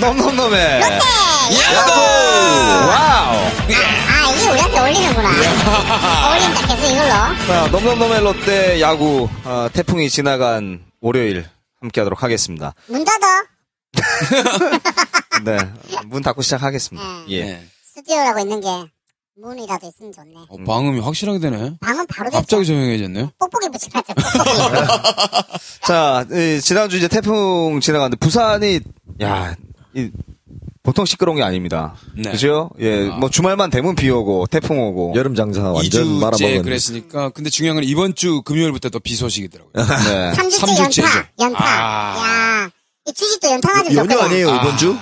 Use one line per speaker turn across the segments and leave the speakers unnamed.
넘넘넘의
롯데!
야구! 와우!
아, 이게 우리한테 어울리는구나. 어울린다, 계속 이걸로.
자, 넘넘넘의 롯데 야구 어, 태풍이 지나간 월요일 함께하도록 하겠습니다.
문 닫어.
네, 문 닫고 시작하겠습니다.
네.
예.
네.
스튜디오라고 있는 게 문이라도 있으면 좋네.
어, 방음이 확실하게 되네.
방은 바로 됐죠.
갑자기 조용해졌네요.
뽁뽁이 붙여놨죠, 뽁뽁이.
자, 이, 지난주 이제 태풍 지나갔는데 부산이 야, 이, 보통 시끄러운 게 아닙니다.
네.
그죠? 예,
아.
뭐 주말만 되면 비 오고 태풍 오고.
여름 장사 완전
2주째
말아먹은.
그랬으니까. 근데 중요한 건 이번 주 금요일부터 또 비 소식이더라고요.
네.
3주째
삼주째죠.
연타. 연타.
아.
야. 이 주식도 연타 가지고
연휴 아니에요, 이번 주?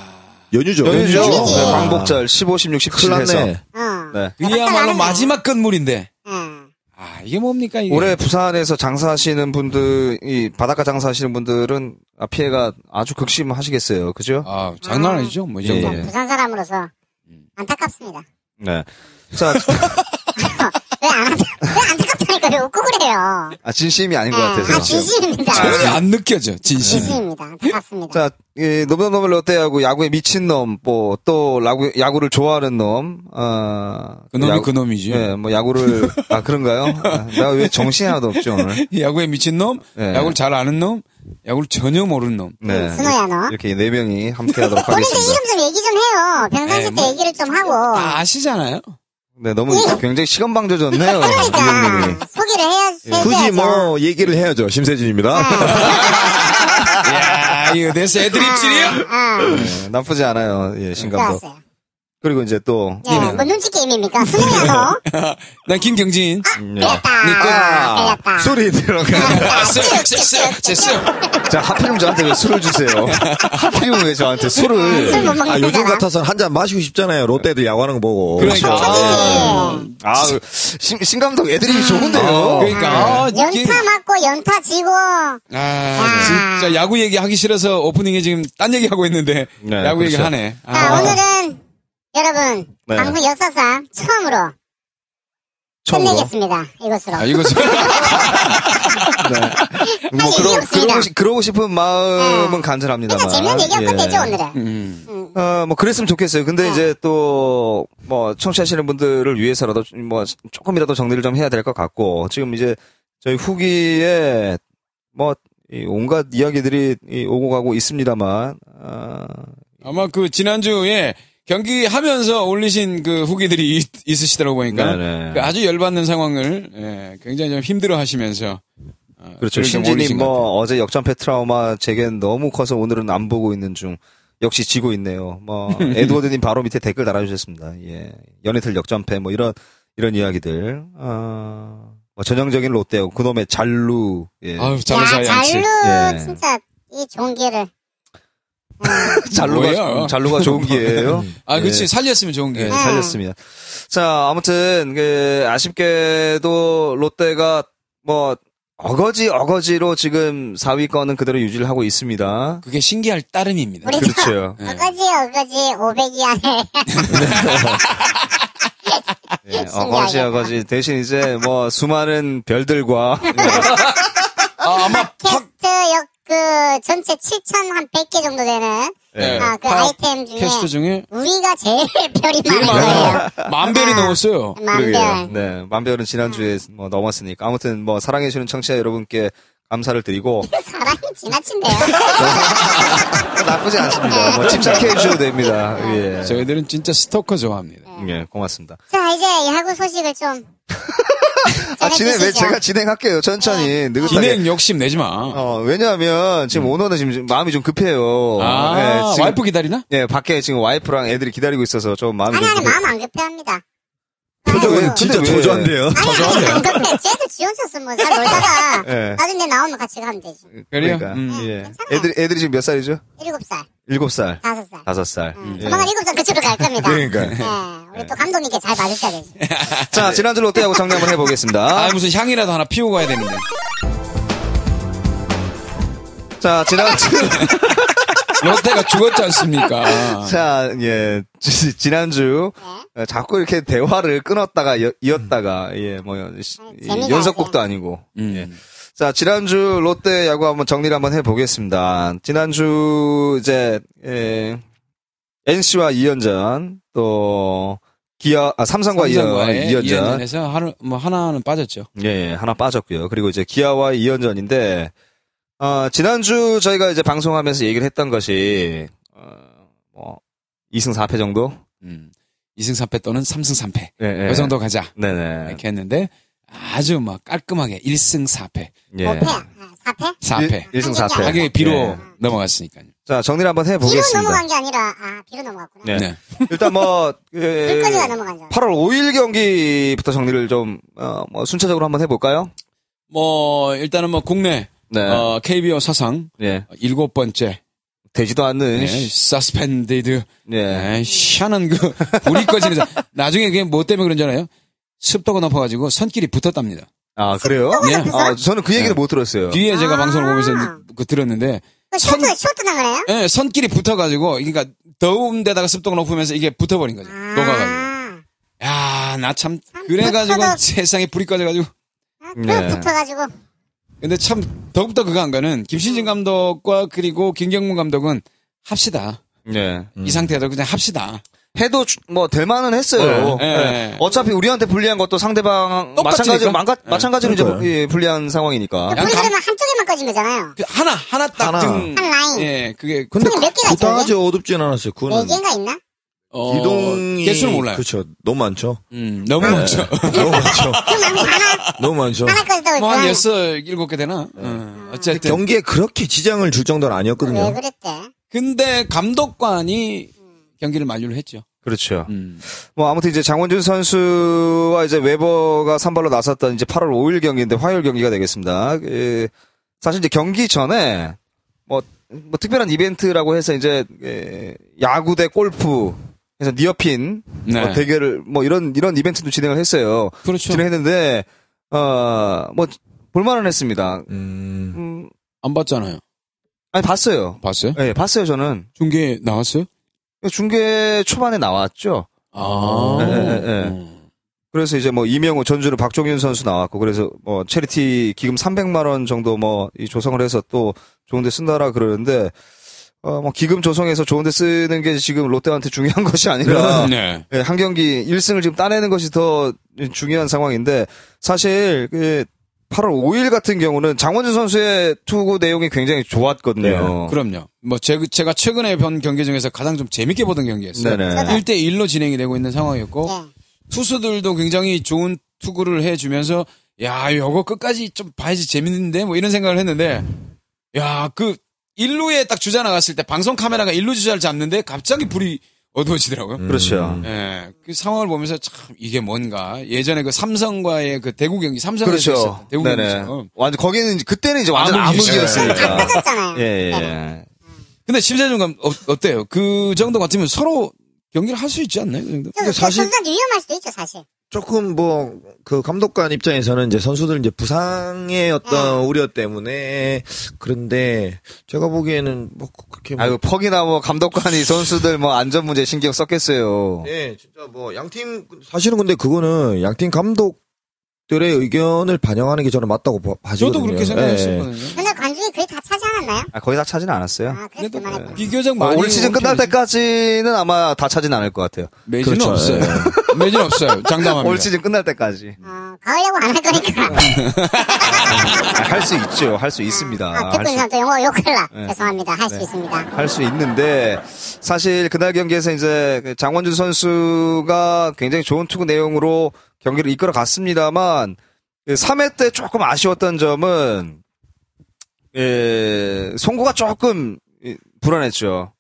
연휴죠?
연휴죠?
연휴지.
네, 광복절 15, 16, 17
큰일
해서.
났네.
어.
네.
그야말로
답답하네. 예.
마지막 건물인데.
응.
아, 이게 뭡니까,
예.
이게.
올해 부산에서 장사하시는 분들, 이 바닷가 장사하시는 분들은 아, 피해가 아주 극심하시겠어요. 그죠?
아, 장난 아니죠? 뭐, 이
예,
정도.
예.
부산 사람으로서
음.
안타깝습니다.
네. 자,
왜 안, 왜 안타깝다니까 왜 웃고 그래요?
아, 진심이 아닌 것
아,
같아서.
아, 진심입니다.
전혀 안 느껴져, 진심.
진심입니다. 안타깝습니다.
자, 예, 넘넘넘을 롯데하고 야구에 미친 놈, 뭐, 또, 야구, 야구를 좋아하는 놈, 어.
그놈이
야구-
그놈이지.
예, 뭐, 야구를, 아, 그런가요? 아, 내가 왜 정신이 하나도 없지, 오늘?
야구에 미친 놈,
예.
야구를 잘 아는 놈, 야구를 전혀 모르는 놈.
네.
음, 승호야, 너?
이렇게 네 명이 함께 하도록
본인들
하겠습니다.
이름 좀 얘기 좀 해요. 평상시
네,
때
뭐.
얘기를 좀 하고.
다 아시잖아요.
네, 너무 굉장히 시간방조졌네요.
아, 그러니까 소개를
예.
해야, 해야죠. 아,
굳이 뭐, 얘기를 해야죠. 심세준입니다.
야, 이거 대체 애드립 질이야?
아,
네, 나쁘지 않아요. 예, 신감도.
좋았어요.
그리고 이제 또.
예, 뭐 눈치 게임입니까? 승호야, 너?
난 김경진.
음, 예.
끌렸다.
아,
끌렸다.
술이 들어가.
아, 쎄, 쎄, 쎄, 쎄, 쎄.
자, 하필이면 저한테 왜 술을 주세요? 하필이면 왜 저한테
술
술을.
못 먹는
아, 요즘
거잖아.
같아서는 한 잔 마시고 싶잖아요. 롯데들 야구하는 거 보고.
아,
그러니까.
예.
그렇죠? 아, 신, 신감독 애들이
아,
좋은데요.
그러니까. 아, 이게-
연타 맞고 연타 지고
아, 진짜 야구 얘기하기 싫어서 오프닝에 지금 딴 얘기 하고 있는데
네,
야구 얘기
그렇죠.
하네.
자
아,
오늘은 여러분
네.
방송 역사상 처음으로
처음으로.
끝내겠습니다 이것으로
아, 이거 지금
뭐
할
그러,
일이 없습니다.
그러고, 싶- 그러고 싶은 마음은
어.
간절합니다만.
그러니까 재밌는 얘기하고
예.
끝내죠 오늘은
음.
음.
어, 뭐 그랬으면 좋겠어요. 근데 이제 또 뭐 청취하시는 분들을 위해서라도 뭐 조금이라도 정리를 좀 해야 될 것 같고 지금 이제 저희 후기에 뭐이 온갖 이야기들이 이 오고 가고 있습니다만 아,
아마 그 지난주에 경기 하면서 올리신 그 후기들이 있, 있으시더라고 보니까
네네.
그 아주 열받는 상황을 예, 굉장히 좀 힘들어 하시면서 어,
그렇죠.
글을 좀
신진이
올리신 것 같아요.
뭐 어제 역전패 트라우마 제겐 너무 커서 오늘은 안 보고 있는 중. 역시 지고 있네요. 뭐 에드워드님 바로 밑에 댓글 달아주셨습니다. 예, 연애틀 역전패 뭐 이런 이런 이야기들. 아, 뭐 전형적인 롯데요. 그놈의 잘루. 예.
아유,
야
잘루사 양치.
잘루
예.
진짜 이 좋은 기회를
잘루가
뭐예요?
잘루가 좋은 기예요.
아, 그치
예.
살렸으면 좋은 게.
예, 살렸습니다. 자, 아무튼 그 아쉽게도 롯데가 뭐 어거지 어거지로 지금 4위권은 그대로 유지를 하고 있습니다.
그게 신기할 따름입니다.
우리
그렇죠.
저 어거지 어거지 500이 안에
예, 어거지 어거지 대신 이제 뭐 수많은 별들과
네,
예,
아, 아마
캐스트 역그 전체 7,100개 정도 되는
예.
아, 그
팝
아이템 중에
캐스트 중에
우리가 제일 별이
되게
많아요 네,
많아요. 만별이 넘었어요.
그러게요.
만별
네, 만별은 지난주에 뭐 넘었으니까 아무튼 뭐 사랑해 주는 청취자 여러분께 감사를 드리고
사랑이 지나친대요
나쁘지
네.
않습니다. 뭐 침착해 주셔도 됩니다. 예.
저희들은 진짜 스토커
네.
좋아합니다.
예, 고맙습니다.
자 이제 야구 소식을 좀
아, 진행 왜
전해주시죠. 네.
제가 진행할게요. 천천히 느긋하게.
기행 욕심 내지 마.
어, 왜냐하면 지금 오너는 지금 마음이 좀 급해요.
아,
예, 지금-
와이프 기다리나?
예, 밖에 지금 와이프랑 애들이 기다리고 있어서 좀 마음이
아니
좀
아니
급해.
마음 안 급해합니다
표정은 진짜
근데 왜-
저조한데요.
아니 아니 안 급해 쟤도 지원쳤으면 뭐잘 놀다가
예.
나중에 나오면 같이 가면 되지
그래요?
그러니까.
음.
예.
네, 괜찮아요.
애들 애들이 지금 몇 살이죠?
일곱 살
일곱 살.
다섯 살
다섯 살.
음,
예.
조만간 일곱 살 그쪽으로 갈 겁니다
그러니까.
예, 우리 또 감독님께 잘 봐주셔야 되지
자, 지난주 롯데하고 정리 한번 해보겠습니다.
아, 무슨 향이라도 하나 피우고 가야 되는데.
자, 지난주.
롯데가 죽었지
아.
않습니까?
자, 예. 지- 지난주.
네.
어, 자꾸 이렇게 대화를 끊었다가 여- 이었다가, 예, 뭐, 시-
아,
이
재미가
연속곡도 아니고.
음.
예. 자, 지난주 롯데 야구 한번 정리를 한번 해보겠습니다. 지난주, 이제, 예, NC와 2연전 또 기아 아, 삼성과 2연전, 2연전
이연전에서 하루 뭐 하나는 빠졌죠.
예, 예, 하나 빠졌고요. 그리고 이제 기아와 2연전인데 아, 지난주 저희가 이제 방송하면서 얘기를 했던 것이 어, 뭐 2승 4패 정도?
음. 2승 3패 또는 3승 3패.
예, 예.
그 정도 가자.
네네.
이렇게 했는데 아주 막 깔끔하게 1승 4패.
예.
5패야. 아, 4패?
어, 4패.
1승 4패.
하게 비로
예.
넘어갔으니까요.
자, 정리를 한번 해
비로
보겠습니다.
넘어간 게 아니라, 아, 비로 넘어갔구나.
네.
네.
일단 뭐 예,
끝까지가 넘어간 줄
8월 5일 경기부터 정리를 좀 어, 뭐 순차적으로 한번 해 볼까요?
뭐 일단은 뭐 국내
네.
어, KBO 사상
예.
일곱 번째
되지도 않는
네,
씨,
서스펜디드
예.
네, 희한한 그 불이 꺼지는 사- 나중에 그게 뭐 때문에 그런 줄 알아요? 습도가 높아가지고 선길이 붙었답니다.
아, 그래요?
예.
아, 저는 그 얘기를
네.
못 들었어요.
뒤에 제가
아.
방송을 보면서 이제 그 들었는데
그
선-
쇼트, 쇼트 나가네요?
예, 선길이 붙어가지고 그러니까 더운 데다가 습도가 높으면서 이게 붙어버린 거죠. 녹아가지고.
아.
야, 나 참 그래가지고
붙어도-
세상에 불이 꺼져가지고.
아, 그
네.
붙어가지고.
근데 참 더욱더 그거 안 가는 김신진 감독과 그리고 김경문 감독은 합시다.
예.
음.
이 상태에서 그냥 합시다.
해도 주- 뭐 될만은 했어요.
네. 네.
예. 어차피 우리한테 불리한 것도 상대방 마찬가지로
똑같으니까.
망가,
네.
마찬가지로 이제
그러니까요.
예, 불리한 상황이니까.
양-
불리면 그러니까 한쪽에만 꺼진 거잖아요.
그 하나 하나
하나.
딱 등.
한 라인.
예, 그게
근데
손이 몇 개가
그다지 어둡진
네
않았어요. 그거는
개인가 있나?
어,
이동이
개수는 몰라요.
그렇죠. 너무 많죠.
음, 너무 많죠.
너무 많죠.
그럼 아무 하나,
너무 많죠.
하나 꺼져도
뭐 한
그냥
여섯 일곱 개 되나? 어,
네.
어쨌든
경기에 그렇게 지장을 줄 정도는
왜
아니었거든요.
네, 그랬대?
근데 감독관이 경기를 만류를 했죠.
그렇죠.
음.
뭐 아무튼 이제 장원준 선수와 이제 웨버가 선발로 나섰던 이제 8월 5일 경기인데 화요일 경기가 되겠습니다. 예, 사실 이제 경기 전에 뭐, 뭐 특별한 이벤트라고 해서 이제 예, 야구 대 골프 해서 니어핀
네.
뭐 대결을 뭐 이런 이런 이벤트도 진행을 했어요.
그렇죠.
진행했는데 어뭐 볼만은 했습니다.
음.
음,
안 봤잖아요.
아니 봤어요.
봤어요?
예, 봤어요 저는
중계 나왔어요?
중계 초반에 나왔죠.
아.
예, 예, 예.
음.
그래서 이제 뭐 이명호 전주는 박종윤 선수 나왔고 그래서 뭐 체리티 기금 300만 원 정도 뭐 이 조성을 해서 또 좋은데 쓴다라 그러는데 어뭐 기금 조성해서 좋은데 쓰는 게 지금 롯데한테 중요한 것이 아니라
네.
예, 한 경기 1승을 지금 따내는 것이 더 중요한 상황인데 사실 그 8월 5일 같은 경우는 장원준 선수의 투구 내용이 굉장히 좋았거든요.
그럼요. 뭐 제, 제가 최근에 본 경기 중에서 가장 좀 재밌게 보던 경기였어요.
네네.
1대 1로 진행이 되고 있는 상황이었고
예.
투수들도 굉장히 좋은 투구를 해 주면서 야, 요거 끝까지 좀 봐야지 재밌는데 뭐 이런 생각을 했는데 야, 그 1루에 딱 주자 나갔을 때 방송 카메라가 1루 주자를 잡는데 갑자기 불이 어두워지더라고요.
그렇죠.
예, 그 상황을 보면서 참 이게 뭔가 예전에 그 삼성과의 그 대구 경기 삼성에서
그렇죠.
있었던 대구
네네.
경기죠.
완전 거기는 이제 그때는 이제 완전
암흑이죠.
안
암흑이었으니까.
꺼졌잖아요.
예, 예.
근데 심재준 감 어, 어때요? 그 정도 같으면 서로 경기를 할 수 있지 않나요? 그 정도?
좀,
사실-
사실... 점점 위험할 수도 있죠, 사실.
조금 뭐 그 감독관 입장에서는 이제 선수들 이제 부상의
아.
어떤 우려 때문에 그런데 제가 보기에는 뭐 그렇게 뭐
아이고 퍽이나 뭐 감독관이 선수들 뭐 안전 문제 신경 썼겠어요.
네, 진짜 뭐 양팀 사실은 근데 그거는 양팀 감독들의 의견을 반영하는 게 저는 맞다고 봐- 봐지거든요.
저도 그렇게
예.
생각했었거든요.
근데 관중이 거의 다 차지 않았나요?
아, 거의 다 차지는 않았어요.
아, 그래서
근데
그만했구나.
네.
또 비교적 많이
뭐 어, 올 시즌 끝날
홈팀이-
때까지는 아마 다 차진 않을 것 같아요.
매진은
그렇죠.
없어요. 매진 없어요. 장담합니다.
올 시즌 끝날 때까지
어, 가을 야구 안 할 거니까.
아, 할 수 있죠. 할 수 있습니다.
아,
할
듣고
수-
있는 사람 또 영어 욕할라
네.
죄송합니다. 할 수 있습니다.
할 수 있는데 사실 그날 경기에서 이제 그 장원준 선수가 굉장히 좋은 투구 내용으로 경기를 이끌어 갔습니다만 그 3회 때 조금 아쉬웠던 점은 예, 송구가 조금 이, 불안했죠.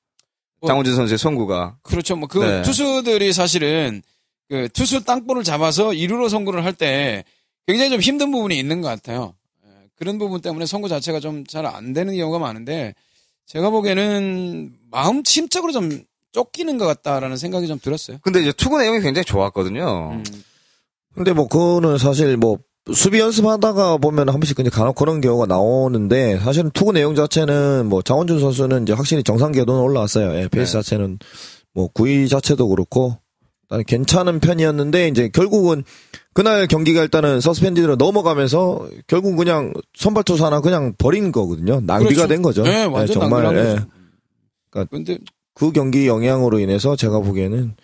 뭐,
장원준 선수의 송구가.
그렇죠. 뭐 그
네.
투수들이 사실은 그 투수 땅볼을 잡아서 2루로 선구를 할 때 굉장히 좀 힘든 부분이 있는 것 같아요. 예, 그런 부분 때문에 선구 자체가 좀 잘 안 되는 경우가 많은데 제가 보기에는 마음 심적으로 좀 쫓기는 것 같다라는 생각이 좀 들었어요.
근데 이제 투구 내용이 굉장히 좋았거든요.
음.
근데 뭐 그거는 사실 뭐 수비 연습하다가 보면 한 번씩 근데 간혹 그런 경우가 나오는데 사실은 투구 내용 자체는 뭐 장원준 선수는 이제 확실히 정상 궤도는 올라왔어요. 예, 페이스
네.
자체는 뭐 구위 자체도 그렇고 일단 괜찮은 편이었는데 이제 결국은 그날 경기가 일단은 서스펜디드로 넘어가면서 결국 은 그냥 선발 투수 하나 그냥 버린 거거든요.
그렇죠.
낭비가 된 거죠.
네, 완전
예, 정말
낭비라는
예.
거죠.
그러니까
근데
그 경기 영향으로 인해서 제가 보기에는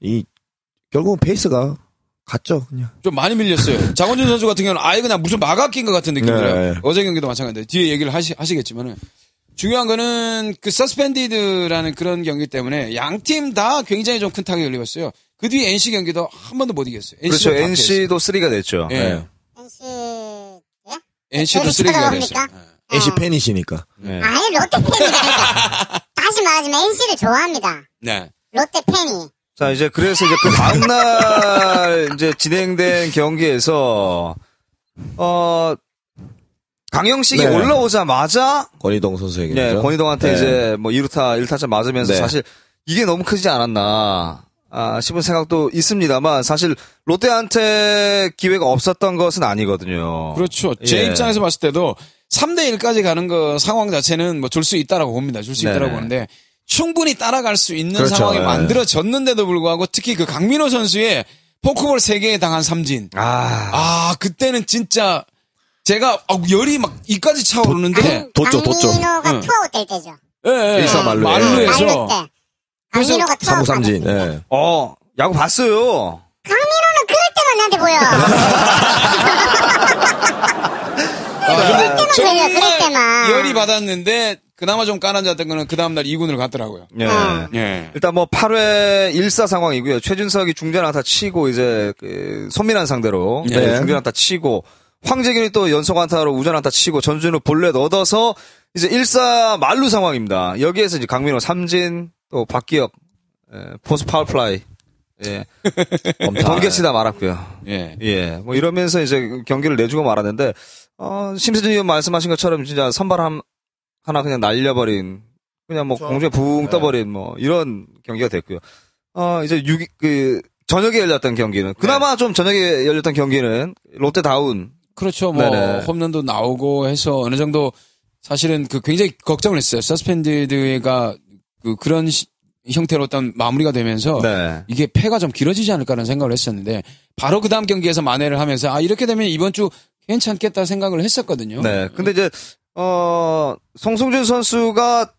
이 결국은 페이스가 같죠 그냥.
좀 많이 밀렸어요. 장원준 선수 같은 경우는 아예 그냥 무슨 마가 낀 것 같은 느낌이라
네.
어제 경기도 마찬가지인데 뒤에 얘기를 하시, 하시겠지만은 중요한 거는 그 서스펜디드라는 그런 경기 때문에 양 팀 다 굉장히 좀 큰 타격을 입었어요. 그 뒤에 NC 경기도 한 번도 못 이겼어요.
그렇죠.
NC
NC도
도 다
3가 됐죠. 네.
패했어요. 예.
NC 예?
NC도
네,
쓰레기가 됐어요.
그러니까.
예.
NC
어.
팬이시니까.
네.
아예 롯데 팬이다. 그러니까. 다시 말하지만 NC를 좋아합니다.
네.
롯데 팬이.
자, 이제 그래서 이제 그 다음날 이제 진행된 경기에서, 어, 강영식이
네.
올라오자마자,
권희동 선수에게.
예, 권희동한테
네.
이제 뭐 2루타, 1타점 맞으면서
네.
사실 이게 너무 크지 않았나. 아, 싶은 생각도 있습니다만 사실 롯데한테 기회가 없었던 것은 아니거든요.
그렇죠. 제
예.
입장에서 봤을 때도 3대 1까지 가는 거 상황 자체는 뭐 줄 수 있다라고 봅니다. 줄 수
네네.
있다라고 보는데 충분히 따라갈 수 있는
그렇죠.
상황이
예.
만들어졌는데도 불구하고 특히 그 강민호 선수의 포크볼 3개에 당한 삼진.
아,
아, 그때는 진짜 제가 아우, 열이 막 이까지 차오르는데
뒀죠, 뒀죠.
강민호가
네, 응.
투아웃 될 때죠. 네,
예, 예, 예.
일사 말루에.
말루에서
말루 때.
그래서
강민호가 투아웃
삼구삼진.
받았을 때.
예.
어, 야구 봤어요.
강민호는 그럴 때만 나한테 보여.
아, 근데
그럴 때만
정말
걸려요, 그럴 때만.
열이 받았는데 그나마 좀 까난잡던 거는 그 다음날 2군을 갔더라고요.
예.
음.
예.
일단 뭐 8회 1사 상황이고요. 최준석이 중전 안타 치고 이제 그 손민환 상대로
네.
네, 중전 안타 치고 황재균이 또 연속 안타로 우전 안타 치고 전준우 볼넷 얻어서 이제 1사 만루 상황입니다. 여기에서 이제 강민호 삼진 또 박기혁 예, 포수 파울플라이 예. 번개치다 말았고요.
예.
예. 뭐 이러면서 이제 경기를 내주고 말았는데 어, 심세준 의원 말씀하신 것처럼 진짜 선발 한, 하나 그냥 날려버린 그냥 뭐 공중에 붕 떠버린 뭐 이런 경기가 됐고요. 어, 이제 6, 그 저녁에 열렸던 경기는 그나마 좀 저녁에 열렸던 경기는 롯데 다운
그렇죠. 뭐
네네.
홈런도 나오고 해서 어느 정도 사실은 그 굉장히 걱정을 했어요. 서스펜디드가 그 그런 시- 형태로 일단 마무리가 되면서
네.
이게 패가 좀 길어지지 않을까라는 생각을 했었는데 바로 그 다음 경기에서 만회를 하면서 아 이렇게 되면 이번 주 괜찮겠다 생각을 했었거든요.
네. 근데 이제 어, 송승준 선수가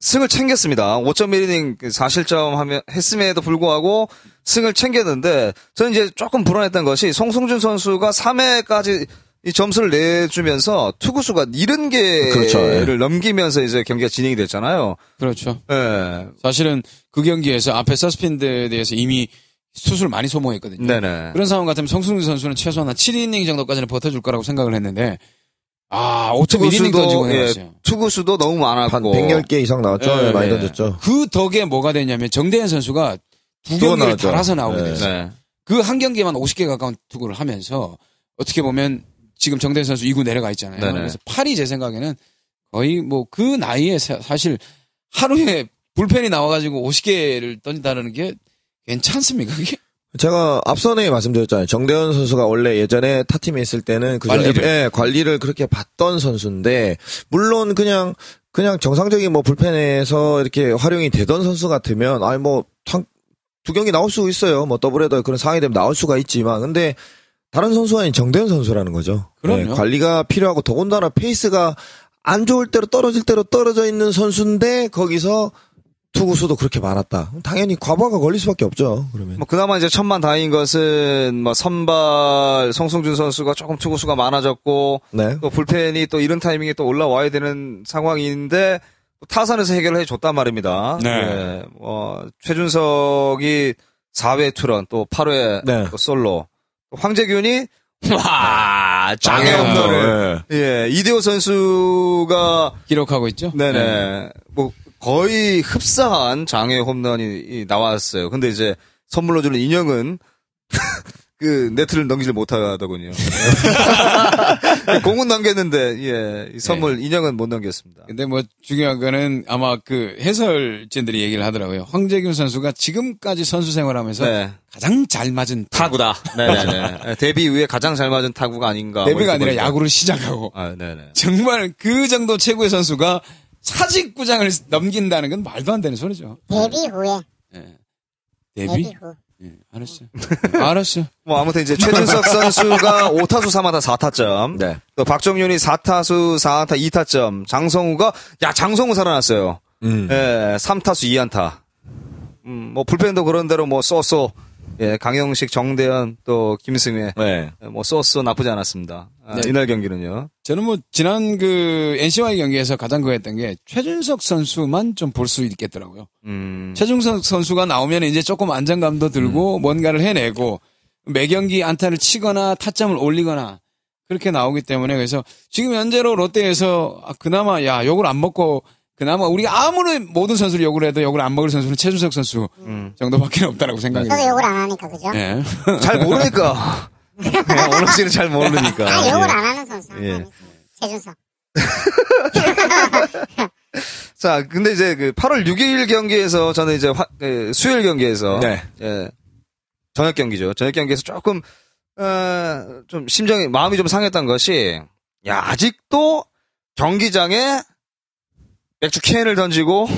승을 챙겼습니다. 5.1이닝 4실점 하면 했음에도 불구하고 승을 챙겼는데 저는 이제 조금 불안했던 것이 송승준 선수가 3회까지 이 점수를 내주면서 투구수가 70개를
그렇죠, 예.
넘기면서 이제 경기가 진행이 됐잖아요.
그렇죠.
예.
사실은 그 경기에서 앞에 서스펜드에 대해서 이미 수술 많이 소모했거든요.
네네.
그런 상황 같으면 성승준 선수는 최소한 한 7이닝 정도까지는 버텨줄 거라고 생각을 했는데 아 5.1이닝 던지고
예,
내놨어요.
투구수도 너무
한
많았고.
110개 이상 나왔죠.
예,
많이
예.
던졌죠.
그 덕에 뭐가 됐냐면 정대현 선수가 두
두번
경기를
나왔죠.
달아서 나오게
네.
됐어요.
네.
그 한 경기에만 50개 가까운 투구를 하면서 어떻게 보면 지금 정대현 선수 2구 내려가 있잖아요.
네네.
그래서 팔이 제 생각에는 거의 뭐 그 나이에 사- 사실 하루에 불펜이 나와가지고 50개를 던진다는 게 괜찮습니까? 그게?
제가 앞선에 말씀드렸잖아요. 정대현 선수가 원래 예전에 타팀에 있을 때는 그저
관리를.
예, 관리를 그렇게 받던 선수인데 물론 그냥 그냥 정상적인 뭐 불펜에서 이렇게 활용이 되던 선수 같으면 아니 뭐두 경기 나올 수 있어요. 뭐 더블헤더 그런 상황이 되면 나올 수가 있지만 근데 다른 선수 아닌 정대현 선수라는 거죠. 예,
그럼요.
관리가 필요하고 더군다나 페이스가 안 좋을 때로 떨어질 때로 떨어져 있는 선수인데 거기서 투구수도 그렇게 많았다. 당연히 과부하가 걸릴 수밖에 없죠. 그러면.
뭐 그나마 이제 천만 다행인 것은 뭐 선발 송승준 선수가 조금 투구수가 많아졌고
네.
또 불펜이 또 이런 타이밍에 또 올라와야 되는 상황인데 또 타선에서 해결을 해줬단 말입니다.
네.
예, 뭐 최준석이 4회 투런 또 8회
네.
또 솔로 또 황재균이 와 장애
장애
홈런을
네.
예 이대호 선수가
기록하고 있죠?
네네.
네.
뭐 거의 흡사한 장애 홈런이 이 나왔어요. 근데 이제 선물로 주는 인형은 그 네트를 넘기질 못하더군요. 네, 공은 넘겼는데 예, 이 선물
네.
인형은 못 넘겼습니다.
근데 뭐 중요한 거는 아마 그 해설진들이 얘기를 하더라고요. 황재균 선수가 지금까지 선수 생활하면서
네.
가장 잘 맞은 타구다.
네네네. 데뷔 이후에 가장 잘 맞은 타구가 아닌가. 뭐 이렇게
데뷔가 아니라
보니까.
야구를 시작하고
아, 네네.
정말 그 정도 최고의 선수가 사직구장을 넘긴다는 건 말도 안 되는 소리죠.
데뷔 후에. 데뷔
데뷔?
후.
예, 알았어요. 예, 알았어요.
뭐 아무튼 이제 최준석 선수가 5타수 3안타 4타점.
네.
또 박정윤이 4타수 4안타 2타점. 장성우가 야 장성우 살아났어요.
음.
예, 3타수 2안타. 음, 뭐 불펜도 그런 대로 뭐 쏘쏘. 예, 강영식, 정대현, 또 김승회.
네.
예, 뭐 쏘쏘 나쁘지 않았습니다. 아,
네.
이날 경기는요.
저는 뭐 지난 그 NC와의 경기에서 가장 그랬던 게 최준석 선수만 좀 볼 수 있겠더라고요.
음.
최준석 선수가 나오면 이제 조금 안정감도 들고 뭔가를 해내고 매 경기 안타를 치거나 타점을 올리거나 그렇게 나오기 때문에 그래서 지금 현재로 롯데에서 아, 그나마 야 욕을 안 먹고 그나마 우리가 아무리 모든 선수를 욕을 해도 욕을 안 먹을 선수는 최준석 선수
음.
정도밖에 없다라고 생각이
저도
듭니다.
욕을 안 하니까 그죠?
예.
잘 모르니까. 예, 오늘 씨는 잘 모르니까.
아
예.
욕을 안 하는 선수 한
예.
사람이 있어요. 최준석.
자, 근데 이제 그 8월 6일 경기에서 저는 이제 화- 그 수요일 경기에서
네.
예, 저녁 경기죠. 저녁 경기에서 조금 어, 좀 심정이 마음이 좀 상했던 것이 야 아직도 경기장에 맥주 캔을 던지고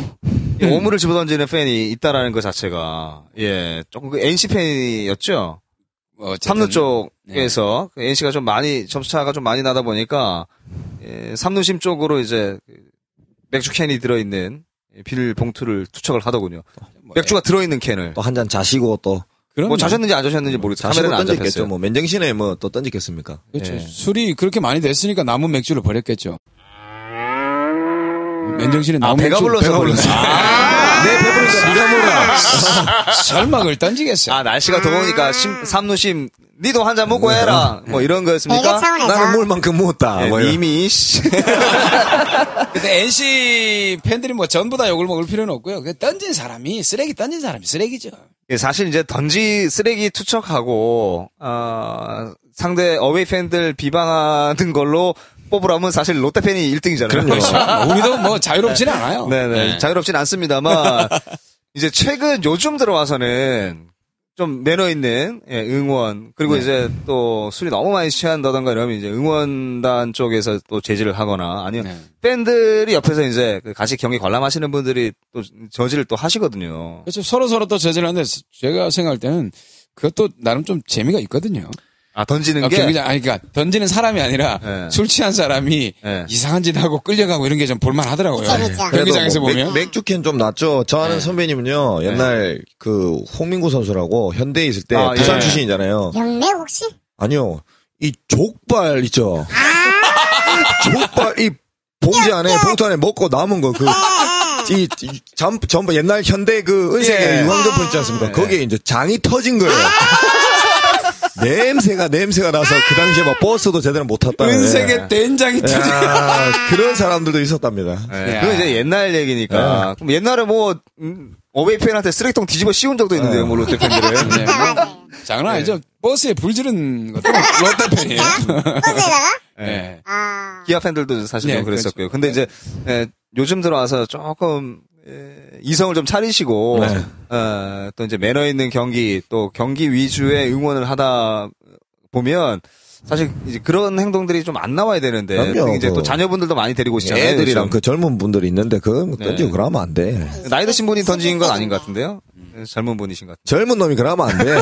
이 오물을 집어 던지는 팬이 있다라는 것 자체가 예 조금 그 NC 팬이었죠.
뭐 어쨌든
삼루 쪽에서 그 NC가 좀 많이 점수 차가 좀 많이 나다 보니까 예, 삼루심 쪽으로 이제 그 맥주 캔이 들어있는 예, 비닐 봉투를 투척을 하더군요.
뭐
맥주가 들어있는 캔을
또 한 잔 자시고 또
그럼요.
뭐 자셨는지 안 자셨는지 모르겠어요.
자시고
카메라는 안
던졌겠죠.
잡혔어요.
뭐 맨정신에 뭐 또 던졌겠습니까?
그렇죠.
예.
술이 그렇게 많이 됐으니까 남은 맥주를 버렸겠죠. 맨정신에
아,
남은
배가
맥주-
불러서 불러서.
아, 내 배부르니까 네가 몰라. 설마 그걸 던지겠어.
아 날씨가 더우니까 심, 삼루심 니도 한 잔 먹고 해라. 뭐 이런
배려
거였습니까?
차원에서
나는 물 만큼 모았다.
예,
뭐 이런.
이미 씨.
근데 NC 팬들이 뭐 전부 다 욕을 먹을 필요는 없고요. 그 던진 사람이 쓰레기 던진 사람이 쓰레기죠.
예, 사실 이제 던지 쓰레기 투척하고 어, 상대 어웨이 팬들 비방하는 걸로 뽑으라면 사실 롯데 팬이 1등이잖아요.
우리도 뭐 자유롭지는 않아요.
네네. 자유롭진 않습니다만, 이제 최근 요즘 들어와서는 좀 매너 있는 예, 응원,
네.
그리고 이제 또 술이 너무 많이 취한다던가 이러면 이제 응원단 쪽에서 또 제지를 하거나 아니면
네.
팬들이 옆에서 이제 그 같이 경기 관람하시는 분들이 또 저지를 또 하시거든요.
그렇죠. 서로 서로 또 저지를 하는데 제가 생각할 때는 그것도 나름 좀 재미가 있거든요.
아, 던지는
아,
게.
경기장 아니 그러니까 던지는 사람이 아니라
네.
술 취한 사람이
네.
이상한 짓 하고 끌려가고 이런 게 좀 볼만하더라고요.
재밌죠.
경기장에서
뭐 맥-
보면
맥주캔 좀 낫죠. 저
네.
아는 선배님은요 옛날 그 홍민구 선수라고 현대에 있을 때
아, 예.
부산 출신이잖아요.
영래 혹시?
아니요. 이 족발 있죠. 족발 이 봉지 안에 봉투 안에 먹고 남은 거 그. 이, 이 잠, 전부 옛날 현대 그
예.
의색의 유황전분 있지 않습니까? 거기에 이제 장이 터진 거예요. 냄새가, 냄새가 나서 그 당시에 막 버스도 제대로 못 탔다.
예.
은색의 된장이 터져.
야, 그런 사람들도 있었답니다.
예,
야.
그건 이제 옛날 얘기니까.
네.
그럼 옛날에 뭐, 음, 어웨이 팬한테 쓰레기통 뒤집어 씌운 적도 있는데요, 뭐, 롯데 팬들은.
네, 뭐
맞아요.
예.
장난 아니죠. 버스에 불 지른 것도 롯데 팬이에요.
버스에다가?
예.
네.
아.
기아 팬들도 사실
네,
좀 그랬었고요. 근데 이제 예, 요즘 들어와서 조금 예, 이성을 좀 차리시고 어, 또 이제 매너 있는 경기 또 경기 위주의 응원을 하다 보면 사실 이제 그런 행동들이 좀 안 나와야 되는데
그럼요.
특히 이제 또
그
자녀분들도 많이 데리고 오시잖아요.
애들이랑
요즘.
그 젊은 분들이 있는데 그거 뭐
네.
던지고 그러면 안 돼.
나이 드신 분이 던진 건
음.
아닌 것 같은데요. 예, 젊은 분이신 것 같아요.
젊은 놈이 그러면 안 돼.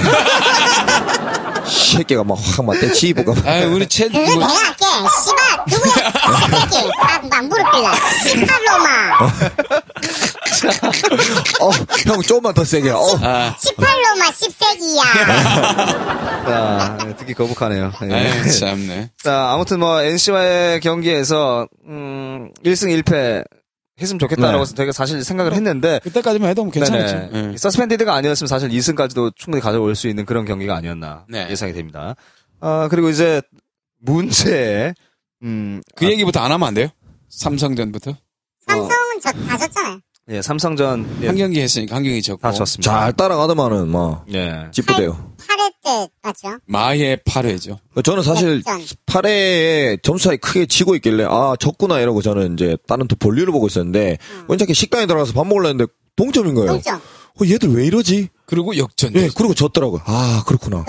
이 새끼가 막 확 막 때치입고 막.
아, 우리 최
그거
뭐,
내가 할게. 씨발, 누구야? 새끼. 아, 난 무릎 빌라. 시팔로마.
어, 형 조금만 더 세게. 어.
아,
시팔로마, 십세기야.
자, 예, 듣기 거북하네요. 예.
아유, 참네.
자, 아무튼 뭐 NC와의 경기에서 음, 1승 1패 했으면 좋겠다라고 저희가 사실 생각을 했는데
그때까지만 해도 뭐 괜찮았죠.
네네.
예.
서스펜디드가 아니었으면 사실 2승까지도 충분히 가져올 수 있는 그런 경기가 아니었나
네.
예상이 됩니다. 아 그리고 이제 문제 음,
그 얘기부터 안 하면 안 돼요? 삼성전부터?
삼성은 저, 다 졌잖아요.
예, 삼성전 예,
한 경기 했으니까 한 경기 졌고.
다 졌습니다.
잘 따라가더만은 뭐. 막
예.
찌뿌대요.
8회 때 맞죠?
마의 8회죠.
저는 사실
역전.
8회에 점수 차이 크게 치고 있길래 아 졌구나 이러고 저는 이제 다른 또 볼일을 보고 있었는데 원작이 식당에 들어가서 밥 먹으려 했는데 음. 동점인 거예요.
동점.
어, 얘들 왜 이러지?
그리고 역전.
네.
예, 그리고 졌더라고요. 아 그렇구나.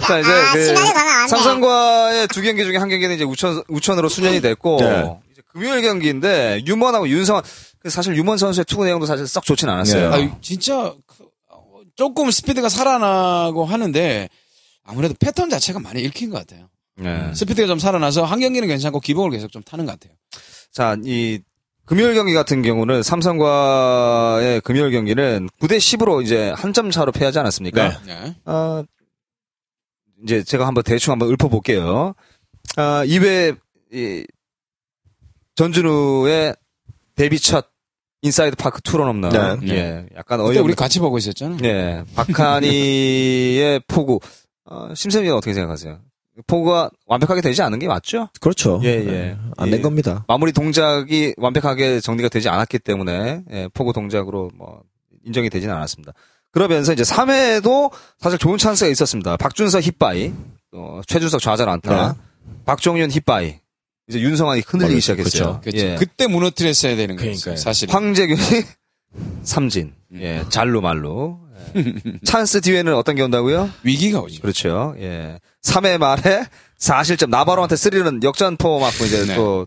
자 이제
아,
그
시간이 가면 안 돼.
삼성과의 두 경기 중에 한 경기는 이제 우천 우천으로 순연이 됐고
네.
이제 금요일 경기인데 유먼하고 윤성환 그 사실 유먼 선수의 투구 내용도 사실 썩 좋진 않았어요.
네.
아, 진짜 그, 어, 조금 스피드가 살아나고 하는데 아무래도 패턴 자체가 많이 읽힌 것 같아요.
네.
스피드가 좀 살아나서 한 경기는 괜찮고 기복을 계속 좀 타는 것 같아요.
자, 이 금요일 경기 같은 경우는 삼성과의 금요일 경기는 9대 10으로 이제 한 점 차로 패하지 않았습니까?
네.
네.
아, 이제 제가 한번 대충 한번 읊어볼게요. 아, 2회, 이, 전준우의 데뷔 첫 인사이드 파크 투런 홈런.
네.
예, 약간
그때 우리
어이없는.
같이 보고 있었잖아.
예, 박하니의 포구. 어, 심세미가 어떻게 생각하세요? 포구가 완벽하게 되지 않은 게 맞죠?
그렇죠.
예, 예.
안 된
예.
겁니다.
마무리 동작이 완벽하게 정리가 되지 않았기 때문에 예, 포구 동작으로 뭐 인정이 되진 않았습니다. 그러면서 이제 3회에도 사실 좋은 찬스가 있었습니다. 박준서 hit바이, 어, 최준석 좌절 안타, 박종윤 hit바이, 이제 윤성환이 흔들리기
맞아요.
시작했어요.
그치.
예.
그때 무너뜨렸어야 되는 거였어요.
그러니까요.
사실.
황재균이 삼진, 예, 잘로 말로. 예. 찬스 뒤에는 어떤 게 온다고요?
위기가 오죠.
그렇죠. 예. 3회 말에 4실점 나바로한테 3는 역전포 맞고 이제
네.
또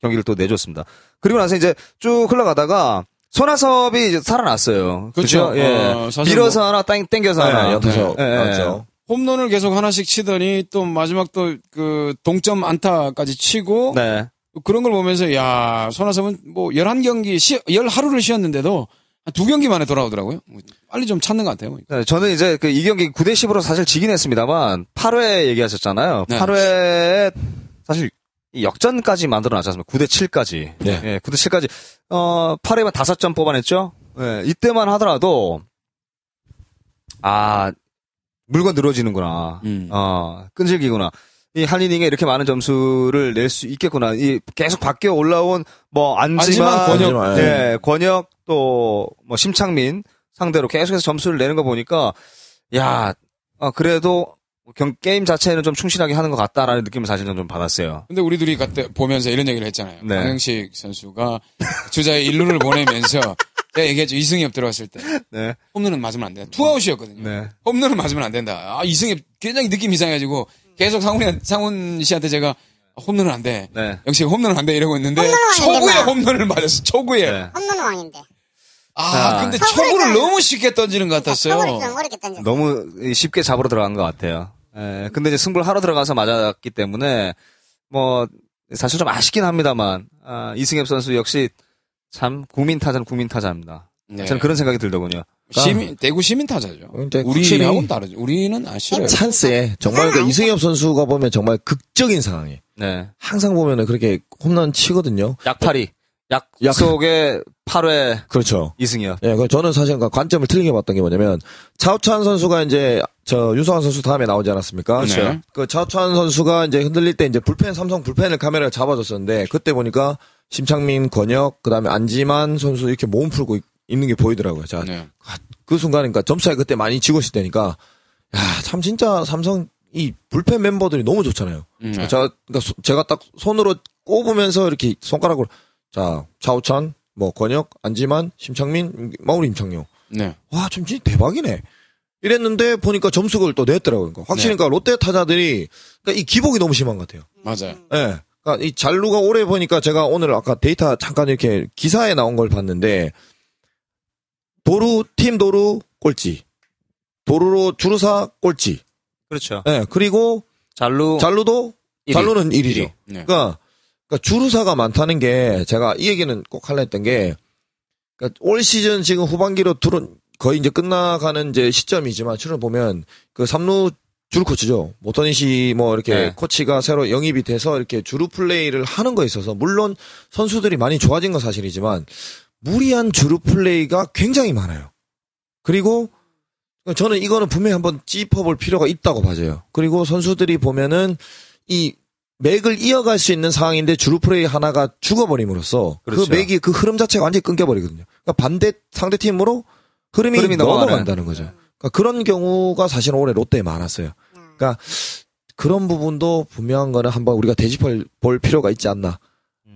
경기를 또 내줬습니다. 그리고 나서 이제 쭉 흘러가다가 손아섭이 이제 살아났어요. 그렇죠.
그렇죠.
예.
어, 사실 네.
밀어서 하나 땡, 땡겨서 하나.
옆에서
예, 예.
아, 맞죠.
홈런을 계속 하나씩 치더니 또 마지막 또 그 동점 안타까지 치고
네.
그런 걸 보면서 야, 손아섭은 뭐 11경기 쉬, 11하루를 쉬었는데도 한두 경기 만에 돌아오더라고요. 뭐 빨리 좀 찾는 것 같아요.
네, 저는 이제 그 이 경기 9대 10으로 사실 지긴 했습니다만 8회 얘기하셨잖아요.
네.
8회에 사실 이 역전까지 만들어 놨지 않습니까? 9대 7까지.
네.
예, 9대 7까지. 어, 8회만 5점 뽑아냈죠? 예, 이때만 하더라도 아, 물건 늘어지는구나.
음.
어, 끈질기구나. 이 한 이닝에 이렇게 많은 점수를 낼 수 있겠구나. 이 계속 밖에 올라온 뭐 안지만,
안지만, 권혁. 네.
하지만, 예.
예, 권혁 또 뭐 심창민 상대로 계속해서 점수를 내는 거 보니까 야, 아, 그래도 경, 게임 자체는 좀 충실하게 하는 것 같다라는 느낌을 사실 좀 받았어요.
근데 우리 둘이 그때 보면서 이런 얘기를 했잖아요.
네.
강영식 선수가 주자의 일루를 보내면서 제가 얘기했죠. 이승엽 들어갔을 때
네,
홈런은 맞으면 안 된다. 투아웃이었거든요.
네.
홈런은 맞으면 안 된다. 아, 이승엽 굉장히 느낌 이상해가지고 계속 상훈이, 상훈 씨한테 제가 홈런은 안 돼.
네.
역시 홈런은 안 돼 이러고 있는데
홈런은 안
초구에
된다.
홈런을 맞았어. 초구에.
네.
홈런 왕인데.
아,
자.
근데
서울에서-
초구를 너무 쉽게 던지는 것
서울이 좀
같았어요.
어렵게 던졌어.
너무 이, 쉽게 잡으러 들어간 것 같아요. 예, 근데 이제 승부를 하러 들어가서 맞았기 때문에 뭐 사실 좀 아쉽긴 합니다만 아, 이승엽 선수 역시 참 국민 타자는 국민 타자입니다.
네.
저는 그런 생각이 들더군요. 그러니까
시민 대구 시민 타자죠.
근데
우리하고는
확실히-
다르죠. 우리는 아쉬워요.
예.
찬스에 정말 그 이승엽 선수가 보면 정말 극적인 상황에
네.
항상 보면은 그렇게 홈런 치거든요.
약팔이 약
약-
속의 8회
그렇죠.
이승엽.
예, 그 저는 사실 그 관점을 틀리게 봤던 게 뭐냐면 차우찬 선수가 이제 저 윤성환 선수 다음에 나오지 않았습니까?
그렇죠.
네.
그 차우찬 선수가 이제 흔들릴 때 이제 불펜 삼성 불펜을 카메라를 잡아줬었는데 그때 보니까 심창민, 권혁, 그다음에 안지만 선수 이렇게 몸 풀고 있- 있는 게 보이더라고요. 자,
네.
그 순간이니까 점차에 그때 많이 지고 있을 때니까 야, 참 진짜 삼성 이 불펜 멤버들이 너무 좋잖아요.
음, 네.
제가, 그러니까 소- 제가 딱 손으로 꼽으면서 이렇게 손가락으로 자 차우찬 뭐 권혁 안지만 심창민 마무리 임창용
네.
와 참 진짜 대박이네 이랬는데 보니까 점수를 또 냈더라고요 그러니까
네.
확실히 그러니까 롯데 타자들이 그러니까 이 기복이 너무 심한 것 같아요
맞아요.
예 그러니까 이 잔루가 올해 보니까 제가 오늘 아까 데이터 잠깐 이렇게 기사에 나온 걸 봤는데 도루 팀 도루 꼴찌 도루로 주루사 꼴찌
그렇죠.
예 그리고
잘루
잔루도
일위.
잔루는 1위죠
일위.
네.
그러니까, 그러니까 주루사가 많다는 게 제가 이 얘기는 꼭 하려 했던 게, 그러니까 올 시즌 지금 후반기로 둘은 거의 이제 끝나가는 이제 시점이지만 출을 보면 그 삼루 주루 코치죠. 모터니 씨뭐 이렇게
네.
코치가 새로 영입이 돼서 이렇게 주루 플레이를 하는 거에 있어서 물론 선수들이 많이 좋아진 건 사실이지만 무리한 주루 플레이가 굉장히 많아요. 그리고 저는 이거는 분명히 한번 짚어볼 필요가 있다고 봐져요. 그리고 선수들이 보면은 이 맥을 이어갈 수 있는 상황인데 주루 플레이 하나가 죽어버림으로써 그
그렇죠.
맥이 그 흐름 자체가 완전히 끊겨버리거든요. 그러니까 반대 상대 팀으로 흐름이,
흐름이 넘어가는.
넘어간다는 거죠. 그러니까 그런 경우가 사실 올해 롯데에 많았어요. 그러니까 그런 부분도 분명한 거는 한번 우리가 되짚어 볼 필요가 있지 않나.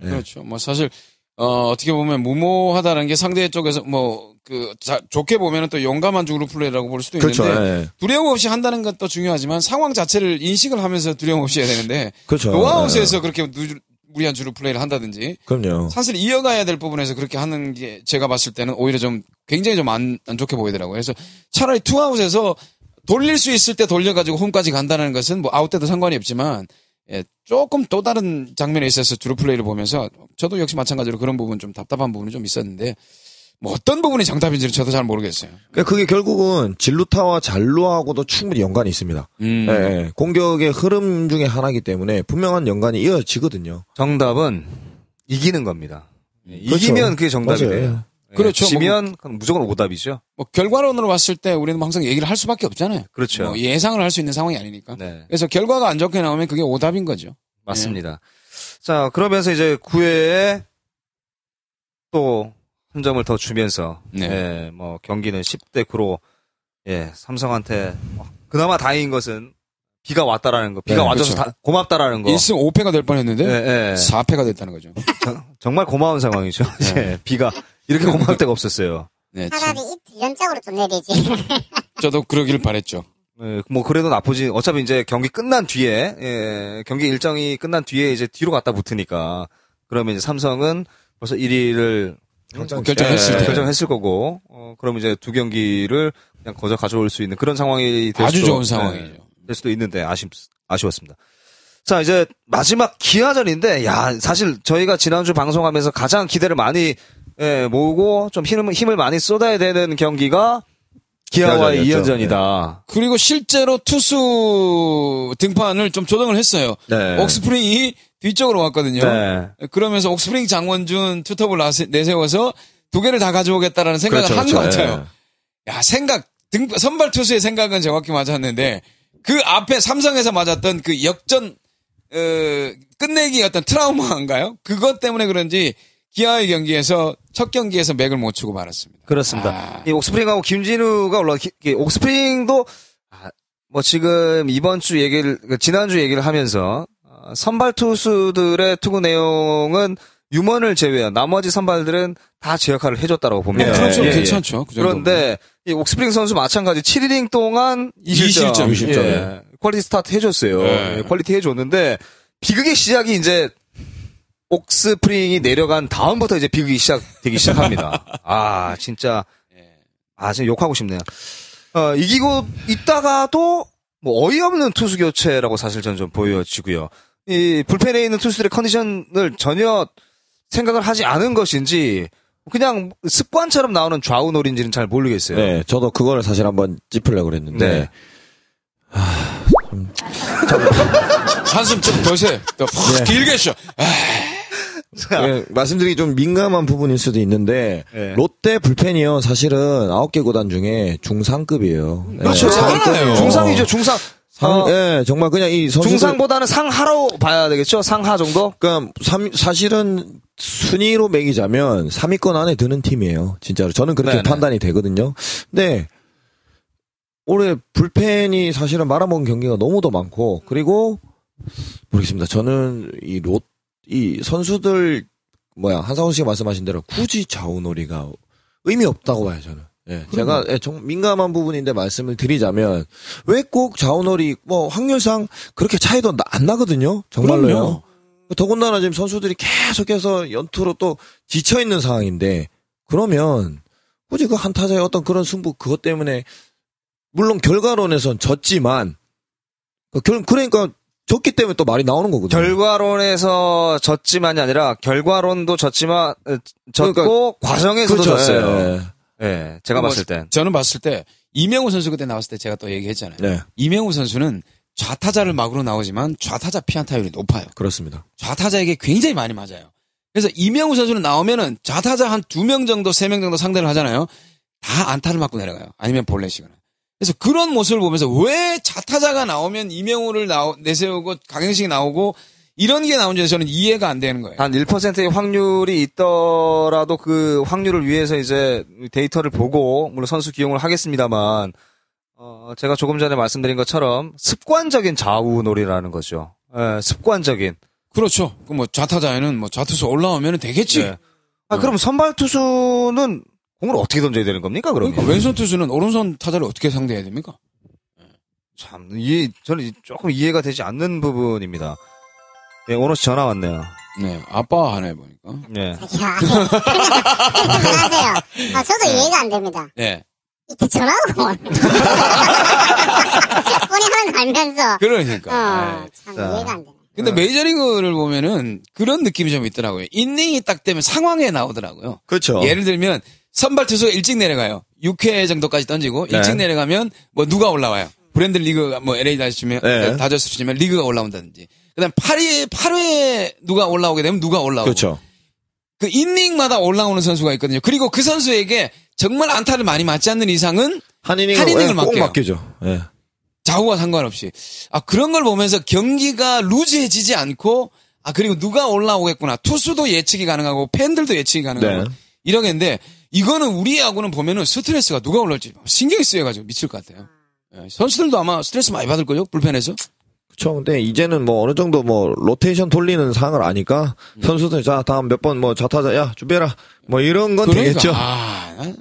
예.
그렇죠. 뭐 사실 어, 어떻게 보면 무모하다는 게 상대 쪽에서 뭐 그 좋게 보면은 또 용감한 주로 플레이라고 볼 수도
그렇죠.
있는데
예, 예.
두려움 없이 한다는 것도 중요하지만 상황 자체를 인식을 하면서 두려움 없이 해야 되는데
그렇죠.
노하우스에서 그렇게 누- 무리한 주로 플레이를 한다든지
예. 그럼요.
사실 이어가야 될 부분에서 그렇게 하는 게 제가 봤을 때는 오히려 좀 굉장히 좀 안 안 좋게 보이더라고요. 그래서 차라리 투아웃에서 돌릴 수 있을 때 돌려가지고 홈까지 간다는 것은 뭐 아웃 때도 상관이 없지만 예, 조금 또 다른 장면에 있어서 주로 플레이를 보면서 저도 역시 마찬가지로 그런 부분 좀 답답한 부분이 좀 있었는데 뭐 어떤 부분이 정답인지는 저도 잘 모르겠어요.
그러니까 그게 결국은 진루타와 잘루하고도 충분히 연관이 있습니다.
음.
예,
네.
예. 공격의 흐름 중에 하나이기 때문에 분명한 연관이 이어지거든요.
정답은 이기는 겁니다. 예, 이기면 그게 정답이에요.
맞아요.
예,
그렇죠.
지면 그건 무조건 오답이죠.
뭐 결과론으로 봤을 때 우리는 항상 얘기를 할 수밖에 없잖아요.
그렇죠.
뭐 예상을 할 수 있는 상황이 아니니까.
네.
그래서 결과가 안 좋게 나오면 그게 오답인 거죠.
맞습니다. 자, 그러면서 이제 9회에 또 한 점을 더 주면서
네.
예, 뭐 경기는 10대 9로 예, 삼성한테 뭐 그나마 다행인 것은 비가 왔다라는 거. 비가
네,
와줘서
그렇죠.
다- 고맙다라는 거.
1승 5패가 될 뻔했는데
예,
네.
예.
4패가 됐다는 거죠.
정말 고마운 상황이죠. 예, 비가 이렇게 고마울 때가 없었어요.
네, 참.
차라리 입 연장으로 좀 내리지.
저도 그러길 바랬죠.
예, 뭐 그래도 나쁘지. 어차피 이제 경기 끝난 뒤에 예, 경기 일정이 끝난 뒤에 이제 뒤로 갖다 붙으니까 그러면 이제 삼성은 벌써 1위를
결정-
음, 결정했을
예,
때.
결정했을 거고 어, 그럼 이제 두 경기를 그냥 거저 가져올 수 있는 그런 상황이 될
아주
수도,
좋은 상황이죠.
예, 될 수도 있는데 아쉽 아쉬웠습니다. 자 이제 마지막 기아전인데 야 사실 저희가 지난주 방송하면서 가장 기대를 많이 예, 모으고 좀 힘을 힘을 많이 쏟아야 되는 경기가 기아와의
기아전이었죠.
2연전이다.
그리고 실제로 투수 등판을 좀 조정을 했어요.
네.
옥스프링이 뒤쪽으로 왔거든요.
네.
그러면서 옥스프링 장원준 투톱을 나세- 내세워서 두 개를 다 가져오겠다라는 생각을
그렇죠,
한 것
그렇죠. 예.
같아요. 야, 생각, 등, 선발 투수의 생각은 정확히 맞았는데 그 앞에 삼성에서 맞았던 그 역전, 어, 끝내기 어떤 트라우마인가요? 그것 때문에 그런지 기아의 경기에서 첫 경기에서 맥을 못 추고 말았습니다.
그렇습니다.
아.
이 옥스프링하고 김진우가 올라 옥스프링도 아, 뭐 지금 이번 주 얘기를 그 지난주 얘기를 하면서 어, 선발 투수들의 투구 내용은 유먼을 제외한 나머지 선발들은 다 제 역할을 해줬다고 봅니다.
예,
예,
뭐 그런 쪽은 괜찮죠. 그 정도면.
그런데 이 옥스프링 선수 마찬가지 7이닝 동안 2실점,
2실점,
2실점, 예.
퀄리티 스타트 해줬어요.
네.
예, 퀄리티 해줬는데 비극의 시작이 이제 옥스프링이 내려간 다음부터 이제 비극이 시작되기 시작합니다. 아 진짜 아 지금 욕하고 싶네요. 어, 이기고 있다가도 뭐 어이없는 투수 교체라고 사실 저는 좀 보여지고요. 이 불펜에 있는 투수들의 컨디션을 전혀 생각을 하지 않은 것인지 그냥 습관처럼 나오는 좌우놀인지는 잘 모르겠어요.
네, 저도 그거를 사실 한번 짚으려고
네.
그랬는데
한숨 좀 더세요. 더 확 길게 쉬어.
예, 말씀드리기 좀 민감한 부분일 수도 있는데
네.
롯데 불펜이요 사실은 아홉 개 구단 중에 중상급이에요. 예,
그렇죠.
상급이에요.
어.
중상이죠, 중상.
상,
어,
예, 정말 그냥 이 선수들-
중상보다는 상하로 봐야 되겠죠? 상하 정도?
그러니까 삼- 사실은 순위로 매기자면 3위권 안에 드는 팀이에요. 진짜로 저는 그렇게
네네.
판단이 되거든요. 근데 네. 올해 불펜이 사실은 말아먹은 경기가 너무도 많고 그리고 모르겠습니다. 저는 이 롯 이 선수들 뭐야 한상훈 씨가 말씀하신 대로 굳이 좌우놀이가 의미 없다고 봐요 저는. 예, 제가 예, 좀 민감한 부분인데 말씀을 드리자면 왜 꼭 좌우놀이 뭐 확률상 그렇게 차이도 나- 안 나거든요. 정말로요.
그럼요.
더군다나 지금 선수들이 계속해서 연투로 또 지쳐 있는 상황인데 그러면 굳이 그 한 타자의 어떤 그런 승부 그것 때문에 물론 결과론에선 졌지만 그 결- 그러니까 졌기 때문에 또 말이 나오는 거거든요.
결과론에서 졌지만이 아니라 결과론도 졌지만 어, 졌고 과정에서도
그렇죠.
졌어요.
예,
예, 제가
뭐
봤을 땐.
저는 봤을 때 이명우 선수 그때 나왔을 때 제가 또 얘기했잖아요.
예. 네,
이명우 선수는 좌타자를 막으로 나오지만 좌타자 피안타율이 높아요.
그렇습니다.
좌타자에게 굉장히 많이 맞아요. 그래서 이명우 선수는 나오면은 좌타자 한 두 명 정도, 세 명 정도 상대를 하잖아요. 다 안타를 맞고 내려가요. 아니면 볼넷이거나. 그래서 그런 모습을 보면서 왜 좌타자가 나오면 이명우를 나오- 내세우고 강행식이 나오고 이런 게 나온지 저는 이해가 안 되는 거예요.
한 1%의 확률이 있더라도 그 확률을 위해서 이제 데이터를 보고 물론 선수 기용을 하겠습니다만 어 제가 조금 전에 말씀드린 것처럼 습관적인 좌우놀이라는 거죠. 예, 습관적인.
그렇죠. 그 뭐 좌타자에는 뭐 좌투수 올라오면 되겠지.
예. 아 그럼 선발 투수는 공을 어떻게 던져야 되는 겁니까? 그러면
그러니까 왼손 투수는 오른손 타자를 어떻게 상대해야 됩니까?
참, 이, 저는 이- 조금 이해가 되지 않는 부분입니다. 예, 오너 씨 전화 왔네요.
네, 아빠 하나 해보니까.
예.
야, 그만하세요. 아, 저도 이해가 안 됩니다.
네.
이때 전화하고 뭘. 뻔히 하는 거 알면서.
그러니까.
어,
네.
참
자.
아. 이해가 안 되네.
근데 메이저리그를 보면은 그런 느낌이 좀 있더라고요. 인닝이 딱 되면 상황에 나오더라고요.
그렇죠.
예를 들면 선발 투수가 일찍 내려가요. 6회 정도까지 던지고
네.
일찍 내려가면 뭐 누가 올라와요. 브랜드 리그가 뭐 LA 다저스 치면
네.
다저스 치면 리그가 올라온다든지. 그다음 8회 8회에 누가 올라오게 되면 누가 올라오고.
그렇죠.
그 인닝마다 올라오는 선수가 있거든요. 그리고 그 선수에게 정말 안타를 많이 맞지 않는 이상은
한 이닝을,
한 이닝을
예, 꼭
맡겨요.
맡기죠. 예.
좌우와 상관없이 아 그런 걸 보면서 경기가 루즈해지지 않고 아 그리고 누가 올라오겠구나 투수도 예측이 가능하고 팬들도 예측이 가능하고
네.
이러겠는데 이거는 우리하고는 보면은 스트레스가 누가 올라올지 신경이 쓰여가지고 미칠 것 같아요 예, 선수들도 아마 스트레스 많이 받을 거요 불펜에서
그렇죠. 근데 이제는 뭐 어느 정도 뭐 로테이션 돌리는 상황을 아니까 선수들 자 다음 몇 번 뭐 좌타자 야 준비해라 뭐 이런 건
그러니까.
되겠죠.
아, 난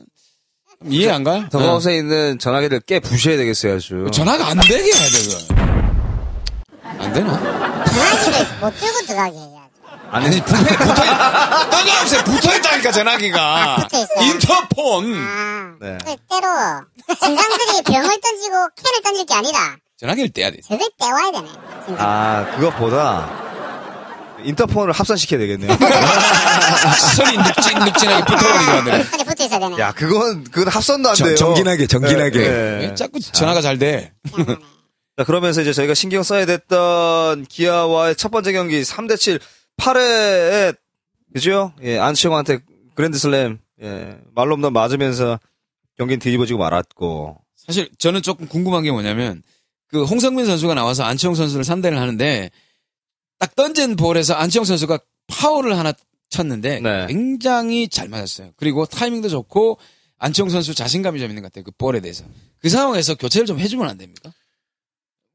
이해 안 가요?
덕에 있는 전화기를 깨 부셔야 되겠어요, 아주.
예. 전화가 안 되게 해야 돼 그거 안 되나?
전화기를 못 들고 들어가게 해야지.
아니 붙어 떠나보세요 붙어 있다니까 전화기가
아, 붙어 있어요.
인터폰
아,
네.
그 때로 진상들이 병을 던지고 캔을 던질 게 아니라
전화기를 떼야 돼
저걸 떼와야 되네. 진상.
아, 그것보다 인터폰을 합산시켜야 되겠네요.
시선이 눅진, 눅진하게 아, 붙어버리게 만드네.
빨리 붙어 있어야 되네.
야, 그건, 그건 합산도 안
정-
돼요.
정진하게, 정진하게.
예, 예.
왜 자꾸 전화가 잘 돼.
희한하네.
자, 그러면서 이제 저희가 신경 써야 됐던 기아와의 첫 번째 경기 3대7 8회에 그죠? 예, 안치홍한테 그랜드슬램 예, 말로 없는 맞으면서 경기는 뒤집어지고 말았고
사실 저는 조금 궁금한 게 뭐냐면 그 홍성민 선수가 나와서 안치홍 선수를 상대를 하는데 딱 던진 볼에서 안치홍 선수가 파울을 하나 쳤는데
네.
굉장히 잘 맞았어요. 그리고 타이밍도 좋고 안치홍 선수 자신감이 좀 있는 것 같아요. 그 볼에 대해서. 그 상황에서 교체를 좀 해주면 안 됩니까?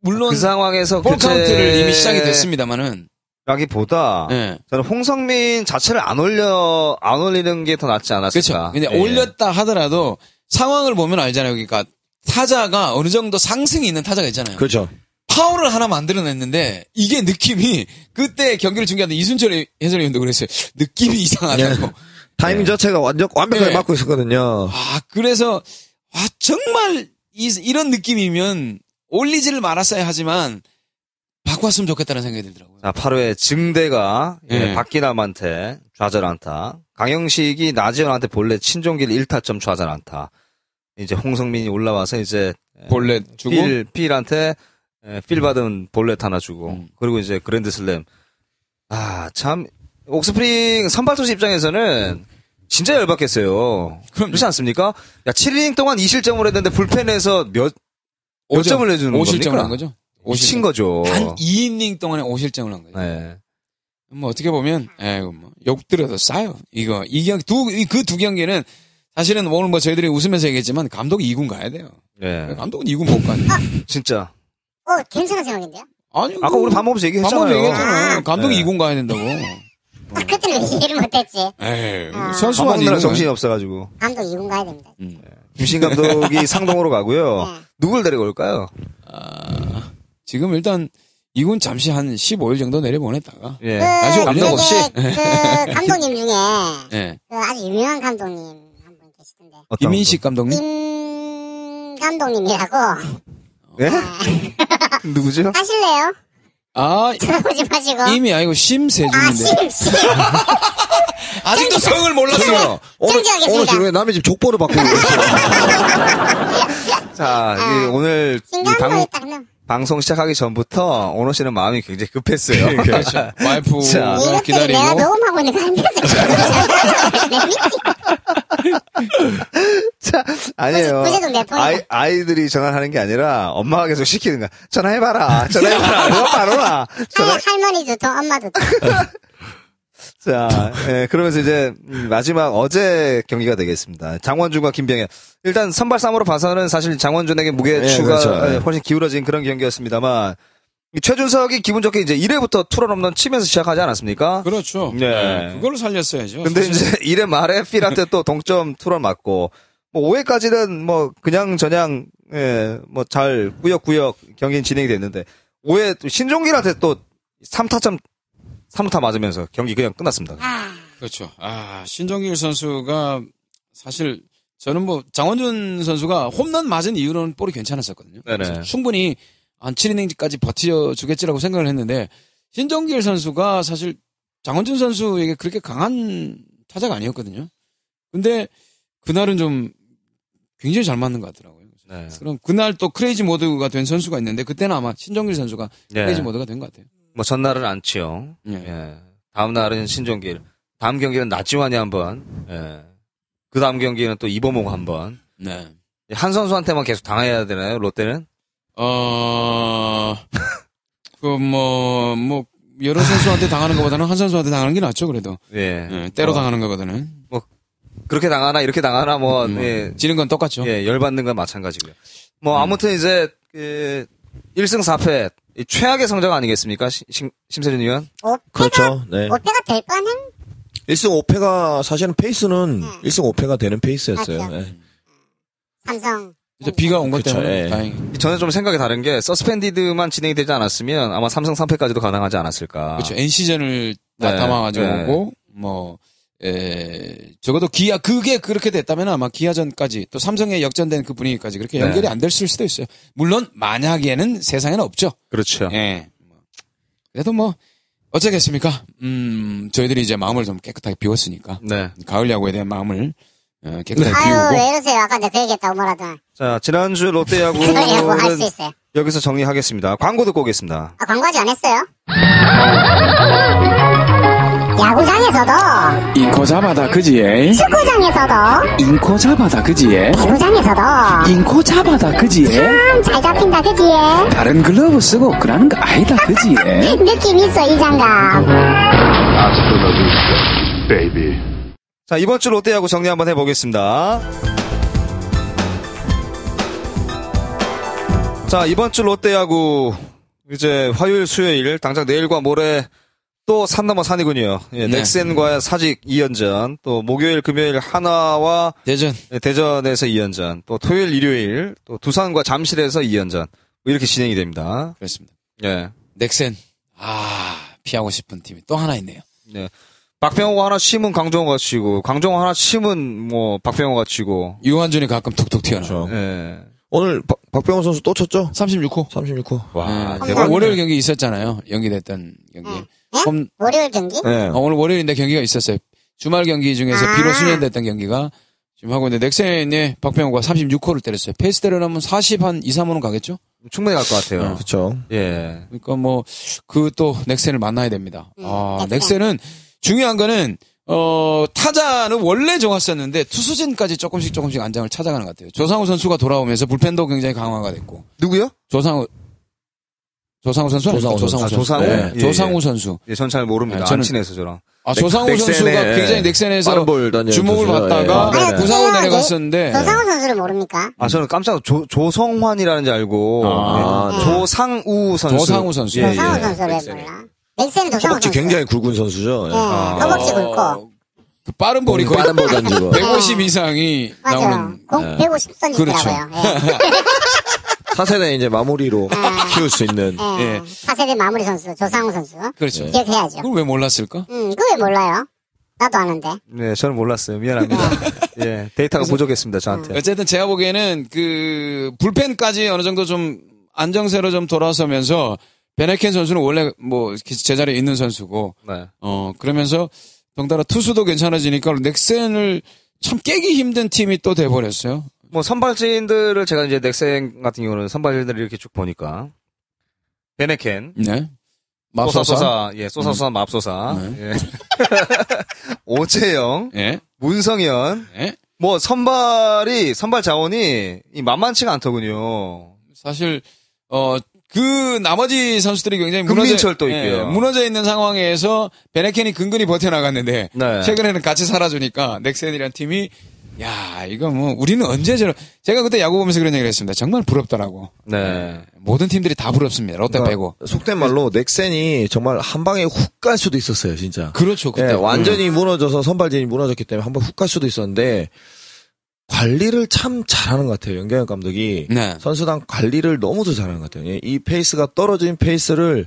물론
그 상황에서
볼
교체-
카운트를 이미 시작이 됐습니다만은
라기보다
예.
저는 홍성민 자체를 안 올려 안 올리는 게 더 낫지 않았을까?
그렇죠. 근데
예.
올렸다 하더라도 상황을 보면 알잖아요. 그러니까 타자가 어느 정도 상승이 있는 타자가 있잖아요.
그렇죠.
파워를 하나 만들어냈는데 이게 느낌이 그때 경기를 중계하는 이순철 해설위원도 그랬어요. 느낌이
네.
이상하다고.
타이밍 자체가 완전 완벽하게
네.
맡고 있었거든요.
아 그래서 아 정말 이, 런 느낌이면 올리지를 말았어야 하지만 바꿨으면 좋겠다는 생각이 들더라고요.
자, 8회 증대가 예,
예.
박기남한테 좌절안타, 강영식이 나지현한테 본래 친종길 1타점 좌절안타. 이제 홍성민이 올라와서 이제
본래 주고
필 필한테 에, 필 받은 볼넷 하나 주고
음.
그리고 이제 그랜드슬램. 아 참 옥스프링 선발 투수 입장에서는 진짜 열받겠어요.
그럼요.
그렇지 않습니까? 야 7이닝 동안 2실점을 했는데 불펜에서 몇 몇 점을 내주는 겁니까?
5실점을 한 거죠.
미친 거죠.
단 2이닝 동안에 5실점을 한 거죠.
네.
뭐 어떻게 보면 에이구 뭐욕 들어도 싸요. 이거 이경두그 두 경기는 사실은 오늘 뭐 저희들이 웃으면서 얘기했지만 감독이 2군 가야 돼요.
네.
감독은 2군 못 가요.
진짜.
어, 괜찮은 생각인데요?
아니 뭐
아까 우리 밥 먹으면서
밥 먹으면
얘기했잖아요.
얘기했잖아. 감독이
네.
이 2군 가야 된다고. 음.
아, 그때는 왜 이해를 못했지?
에이
아.
밥
선수만
먹느라
2군
정신이
정신...
없어가지고.
감독 2군 가야 됩니다.
음.
김신 감독이 상동으로 가고요.
네.
누굴 데리고 올까요?
아, 지금 일단 2군 잠시 한 15일 정도 내려보냈다가
예.
다시
그,
감독
없이?
되게 그 감독님 중에
예.
그 아주 유명한 감독님 한 분 계시던데.
어떤
이민식 감독님
김 감독님이라고
분?
어.
예? 누구죠?
하실래요?
아
들어보지 마시고.
이미 아니고
아,
심세준인데
심, 심.
아직도 성을 몰랐어요.
오늘
정지하겠습니다.
오늘 지금 왜 남의 집 족보를 바꾸고 있어요?
자,
아.
이 오늘 이 방,
신감독이 딱 나.
방송 시작하기 전부터 오너 씨는 마음이 굉장히 급했어요.
그렇죠. 와이프
자.
이것들이 내가
기다리고
녹음하고 있는 거 아니면서 계속 내 미치.
자, 아니에요.
부재- 부재동 내포인다.
아이, 아이들이 전화하는 게 아니라 엄마가 계속 시키는 거야. 전화해봐라. 전화해봐라. 누가 바로라. 전화.
아니, 할머니도 통, 엄마도 통.
자, 예, 그러면서 이제 음, 마지막 어제 경기가 되겠습니다. 장원준과 김병현. 일단 선발 싸움으로 봐서는 사실 장원준에게 무게추가
그렇죠. 예.
예, 훨씬 기울어진 그런 경기였습니다만 이 최준석이 기분 좋게 이제 1회부터 투런 홈런 치면서 시작하지 않았습니까?
그렇죠.
네.
네. 그걸로 살렸어야죠.
근데
그렇죠.
사실-
이제 1회 말에 필한테 또 동점 투런 맞고 뭐 5회까지는 뭐 그냥 저냥 예, 뭐 잘 꾸역꾸역 경기는 진행이 됐는데 5회 또 신종길한테 또 3타점 3타 맞으면서 경기 그냥 끝났습니다.
아,
그렇죠. 아, 신정길 선수가 사실 저는 뭐 장원준 선수가 홈런 맞은 이후로는 볼이 괜찮았었거든요.
네네.
그래서 충분히 한 7이닝까지 버텨주겠지라고 생각을 했는데 신정길 선수가 사실 장원준 선수에게 그렇게 강한 타자가 아니었거든요. 근데 그날은 좀 굉장히 잘 맞는 것 같더라고요.
네.
그럼 그날 또 크레이지 모드가 된 선수가 있는데 그때는 아마 신정길 선수가
네.
크레이지 모드가 된 것 같아요.
뭐 전날은 안치영.
예.
예. 다음 날은 신종길. 다음 경기는 나지완이 한 번. 예. 그 다음 경기는 또 이범호가 한 번.
네.
한 선수한테만 계속 당해야 되나요? 롯데는?
어, 그, 뭐, 뭐, 여러 선수한테 당하는 것보다는 한 선수한테 당하는 게 낫죠, 그래도.
예.
예, 때로
어,
당하는 것보다는.
그렇게 당하나 이렇게 당하나 뭐
음,
예.
지는 건 똑같죠.
예, 열받는 건 마찬가지고요.
음.
뭐 아무튼 이제 그 1승 4패 최악의 성적 아니겠습니까? 시- 심, 심세준 위원?
그렇죠. 네.
어때가 될 뻔한?
1승 5패가 사실은 페이스는
음.
1승 5패가 되는 페이스였어요.
맞죠.
예.
삼성.
이제 비가 온 것
그쵸,
때문에
예.
다행히.
저는 좀 생각이 다른 게 서스펜디드만 진행이 되지 않았으면 아마 3승 3패까지도 가능하지 않았을까.
그렇죠. NC전을 다
아. 네,
담아가지고
네.
오고, 뭐, 에, 적어도 기아, 그게 그렇게 됐다면 아마 기아전까지 또 삼성에 역전된 그 분위기까지 그렇게
네.
연결이 안 됐을 수도 있어요. 물론, 만약에는 세상에는 없죠.
그렇죠.
예. 그래도 뭐, 어쩌겠습니까? 음, 저희들이 이제 마음을 좀 깨끗하게 비웠으니까.
네.
가을 야구에 대한 마음을 어, 깨끗하게
아유,
비우고.
왜 이러세요? 아까 내가 그 얘기했다고 뭐라도.
자, 지난주 롯데
그걸 야구 할
야구는
수 있어요.
여기서 정리하겠습니다. 광고 듣고 오겠습니다.
아, 광고하지 않았어요? 야구장에서도,
인코 잡아다 그지에
축구장에서도,
인코 잡아다 그지에
배구장에서도,
인코 잡아다 그지에
참 잘 잡힌다, 그지에?
다른 글러브 쓰고 그러는 거 아니다 그지에
느낌 있어, 이 장갑.
Hasta la vista, baby.
자, 이번 주 롯데야구 정리 한번 해보겠습니다. 자, 이번 주 롯데야구, 이제 화요일, 수요일, 당장 내일과 모레 또 산 넘어 산이군요. 예,
네.
넥센과의 사직 2연전, 또 목요일, 금요일 한화와
대전.
대전에서 2연전, 또 토요일, 일요일, 또 두산과 잠실에서 2연전, 뭐 이렇게 진행이 됩니다.
그렇습니다.
예.
넥센. 아, 피하고 싶은 팀이 또 하나 있네요.
예. 박병호 하나 치면 강정호가 치고, 강정호 하나 치면 뭐, 박병호가 치고,
유한준이 가끔 툭툭 튀어나와.
그렇죠.
예.
오늘 박- 박병호 선수 또 쳤죠?
36호.
36호.
와,
네.
대박이네.
월요일 경기 있었잖아요. 연기됐던 경기.
네?
홈-
월요일 경기?
예.
어, 오늘 월요일인데 경기가 있었어요. 주말 경기 중에서
아.
비로 수년됐던 경기가 지금 하고 있는데 넥센의 박병호가 36호를 때렸어요. 페이스 때려나면 40 한 2, 3호는 가겠죠?
충분히 갈 것 같아요.
어.
그렇죠.
예.
그러니까 뭐 그 또 넥센을 만나야 됩니다.
음,
아,
넥센.
넥센은 중요한 거는 어 타자는 원래 좋았었는데 투수진까지 조금씩 조금씩 안장을 찾아가는 것 같아요. 조상우 선수가 돌아오면서 불펜도 굉장히 강화가 됐고
누구요?
조상우 조상우 선수 아닙니까?
선수.
조상우
조상우
아,
선수.
조상우?
네,
예,
조상우 선수.
예, 전 잘 모릅니다.
네, 저는-
안 친해서 저랑.
아
넥-
조상우
넥센의,
선수가 굉장히
예,
넥센에서
빠른 볼 던지는
주목을
선수죠.
받다가
예.
아, 네네.
부상으로
네.
내려갔었는데
조상우 선수를 모릅니까?
아, 저는 깜짝 조, 조성환이라는 줄 알고.
아,
예.
네.
조상우 선수.
조상우 선수.
예,
조상우
예.
선수를 왜
넥센이.
몰라? 넥센 조상우
허벅지
선수.
굉장히 굵은 선수죠. 예.
예, 허벅지 굵고.
어, 그 빠른 볼이 거의
빠른 볼 던지고.
150 이상이
아. 맞아요.
나오는
공
예.
150선이더라고요.
그렇죠.
예,
차세대 이제
음.
마무리로 키울 수 있는
예. 예.
예.
4세대 마무리 선수, 조상우 선수.
그렇죠.
네.
기억해야죠.
그걸 왜 몰랐을까?
음, 그거 왜 몰라요? 나도 아는데.
어,
네, 저는 몰랐어요. 미안합니다. 예, 데이터가 부족했습니다, 저한테.
어쨌든 제가 보기에는 그 불펜까지 어느 정도 좀 안정세로 좀 돌아서면서 베네켄 선수는 원래 뭐 이렇게 제자리에 있는 선수고
네.
어 그러면서 덩달아 투수도 괜찮아지니까 넥센을 참 깨기 힘든 팀이 또 돼버렸어요.
뭐, 선발진들을 제가 이제 넥센 같은 경우는 선발진들을 이렇게 쭉 보니까. 베네켄.
네. 맙소사.
쏘사쏘사. 예, 쏘사쏘사 맙소사.
네.
예. 오채영.
예.
문성현.
예.
뭐, 선발이, 선발 자원이 이 만만치가 않더군요.
사실 어 그 나머지 선수들이 굉장히
금민철도
무너져,
있고요.
무너져 있는 상황에서 베네켄이 근근히 버텨나갔는데
네.
최근에는 같이 사라지니까 넥센이라는 팀이 야 이거 뭐 우리는 언제 저런 제가 그때 야구 보면서 그런 얘기를 했습니다. 정말 부럽더라고.
네.
모든 팀들이 다 부럽습니다. 롯데
그러니까
빼고.
속된 말로 넥센이 정말 한 방에 훅 갈 수도 있었어요, 진짜.
그렇죠.
예,
그때
완전히 무너져서 선발진이 무너졌기 때문에 한 번 훅 갈 수도 있었는데 관리를 참 잘하는 것 같아요. 연경현 감독이
네.
선수단 관리를 너무도 잘하는 것 같아요. 예, 이 페이스가 떨어진 페이스를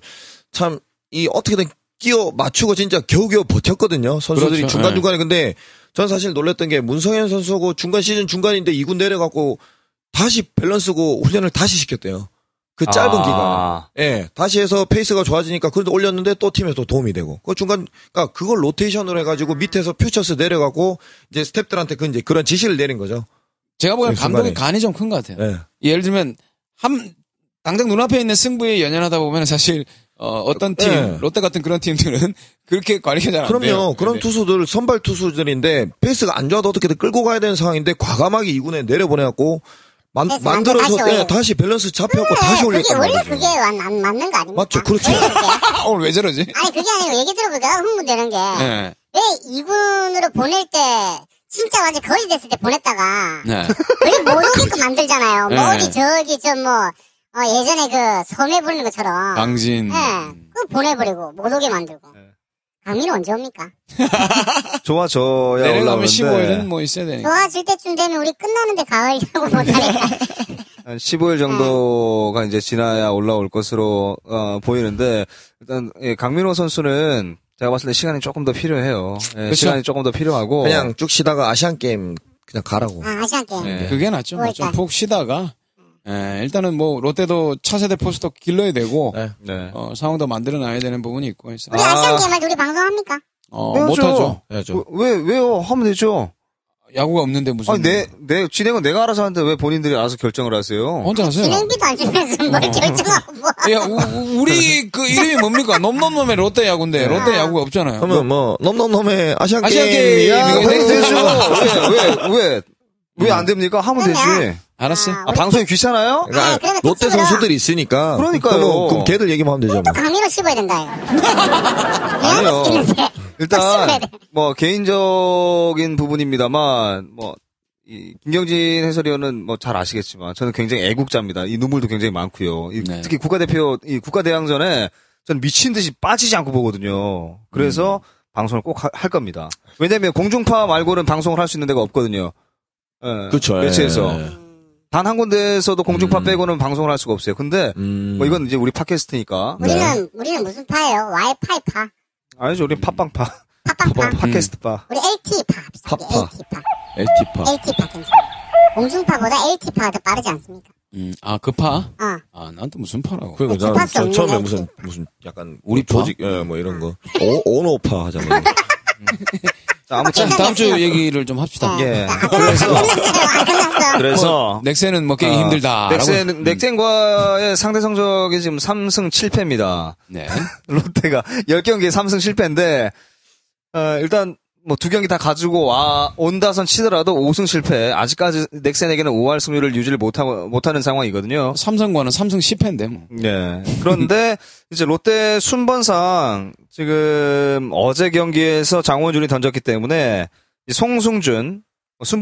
참 이 어떻게든 끼워 맞추고 진짜 겨우겨우 버텼거든요. 선수들이
그렇죠.
중간 중간에 근데 전 사실 놀랬던 게 문성현 선수고 중간 시즌 중간인데 2군 내려갖고 다시 밸런스고 훈련을 다시 시켰대요. 그 짧은
아.
기간. 예, 다시 해서 페이스가 좋아지니까 그래도 올렸는데 또 팀에 또 도움이 되고. 그 중간, 그니까 그걸 로테이션으로 해가지고 밑에서 퓨처스 내려가고 이제 스탭들한테 그 이제 그런 지시를 내린 거죠.
제가 보기엔
그
감독의
순간에.
간이 좀 큰 것 같아요.
예.
예를 들면 함 당장 눈앞에 있는 승부에 연연하다 보면 사실 어, 어떤 팀
네.
롯데 같은 그런 팀들은 그렇게 관리가
아,
잘 안 돼요.
그럼요. 그런
네.
투수들, 선발 투수들인데 페이스가 안 좋아도 어떻게든 끌고 가야 되는 상황인데 과감하게 2군에 내려보내갖고 만,
그래서
만들어서
다시
예,
올려. 음,
다시 밸런스 잡혀갖고 다시
그게
올렸다는
원래
거죠.
그게 완- 안 맞는 거 아닙니까?
맞죠. 그렇죠.
원래 그게.
아, 오늘 왜 저러지?
아니 그게 아니고 얘기 들어보니까 흥분되는 게 왜
네.
이군으로 보낼 때 진짜 완전 거지 됐을 때 보냈다가
네.
원래 못 오게끔 만들잖아요. 뭐
네.
어디 저기 저 뭐 예전에 그 섬에 보내는 것처럼
방진.
예, 그거 보내버리고 못 오게 만들고
네.
강민은 언제 옵니까?
좋아져야 네,
내려가면
올라오는데
15일은 뭐 있어야
네.
되니까.
좋아질 때쯤 되면 우리 끝나는데 가을이라고 못하니까
한 15일 정도가 이제 지나야 올라올 것으로 어, 보이는데 일단 예, 강민호 선수는 제가 봤을 때 시간이 조금 더 필요해요. 예, 시간이 조금 더 필요하고
그냥 쭉 쉬다가 아시안 게임 그냥 가라고.
아, 아시안 게임
네. 그게 낫죠. 뭐 좀
그러니까.
푹 쉬다가 예, 일단은 뭐 롯데도 차세대 포스도 길러야 되고
네.
네.
어, 상황도 만들어놔야 되는 부분이 있고 해서
우리
아.
아... 시안 게임할 때 우리 방송합니까?
어,
그렇죠.
못하죠.
해야죠.
왜 왜요? 하면 되죠.
야구가 없는데 무슨
아니 네. 내내 진행은 내가 알아서 하는데 왜 본인들이 알아서 결정을 하세요?
혼자 하세요.
진행비도 안 주면서 뭘
어.
결정하고 뭐
야, 우- 우- 우리 그 이름이 뭡니까? 넘넘넘의 롯데
네.
야구인데 롯데 야구가 없잖아요.
그러면 뭐 넘넘넘의 아시안,
아시안
게임이야. 네.
게임이야.
아,
이거
왜
내-
되죠? 왜왜왜왜 안 됩니까? 하면 되지.
알았어.
아,
아, 방송이 귀찮아요?
그러니까
아, 그러니까
롯데
그쪽으로.
선수들이 있으니까.
그러니까요.
그럼, 그럼 걔들 얘기만 하면 되죠. 뭐.
강민호 씹어야 된다 이거
아니요.
미안했는데
일단
씹어야 돼.
뭐 개인적인 부분입니다만 뭐. 이 김경진 해설위원은 뭐 잘 아시겠지만 저는 굉장히 애국자입니다. 이 눈물도 굉장히 많고요. 이
네.
특히 국가대표 이 국가대항전에 저는 미친 듯이 빠지지 않고 보거든요. 그래서
음.
방송을 꼭 할 겁니다. 왜냐하면 공중파 말고는 방송을 할 수 있는 데가 없거든요. 예,
그렇죠.
매체에서
예.
단 한 군데에서도 공중파
음.
빼고는 방송을 할 수가 없어요. 근데
음.
뭐 이건 이제 우리 팟캐스트니까
우리는 우리는 무슨 파예요? 와이파이 파
아니죠. 우리 팟빵파,
팟빵파
팟캐스트파.
우리 LTE 파 합시다 우리
팟파.
LTE 파
에티파.
LTE 파 괜찮아 공중파보다 LTE 파가 더 빠르지 않습니까?
음, 아, 그 파?
어
아, 난 또 무슨 파라고.
그리고
그
나는
주파수
저-
없는
처음에
거지.
무슨 무슨 약간
우리 파?
조직 예 뭐 이런 거 오, 오노파 하잖아요.
자, 아무튼
괜찮-
다음 주 얘기를 좀 합시다.
네.
예.
안 끝났어요 안 끝났어
그래서 아,
넥센은 뭐 게임 힘들다.
네, 넥센 넥센과의 상대 성적이 지금 3승 7패입니다.
네.
롯데가 10경기에 3승 7패인데 어, 일단 뭐 두 경기 다 가지고 와 온다선 치더라도 5승 실패. 아직까지 넥센에게는 5할 승률을 유지를 못하고 못하는 상황이거든요.
삼성과는 삼성 10패인데 뭐.
네. 그런데 이제 롯데 순번상 지금 어제 경기에서 장원준이 던졌기 때문에 이 송승준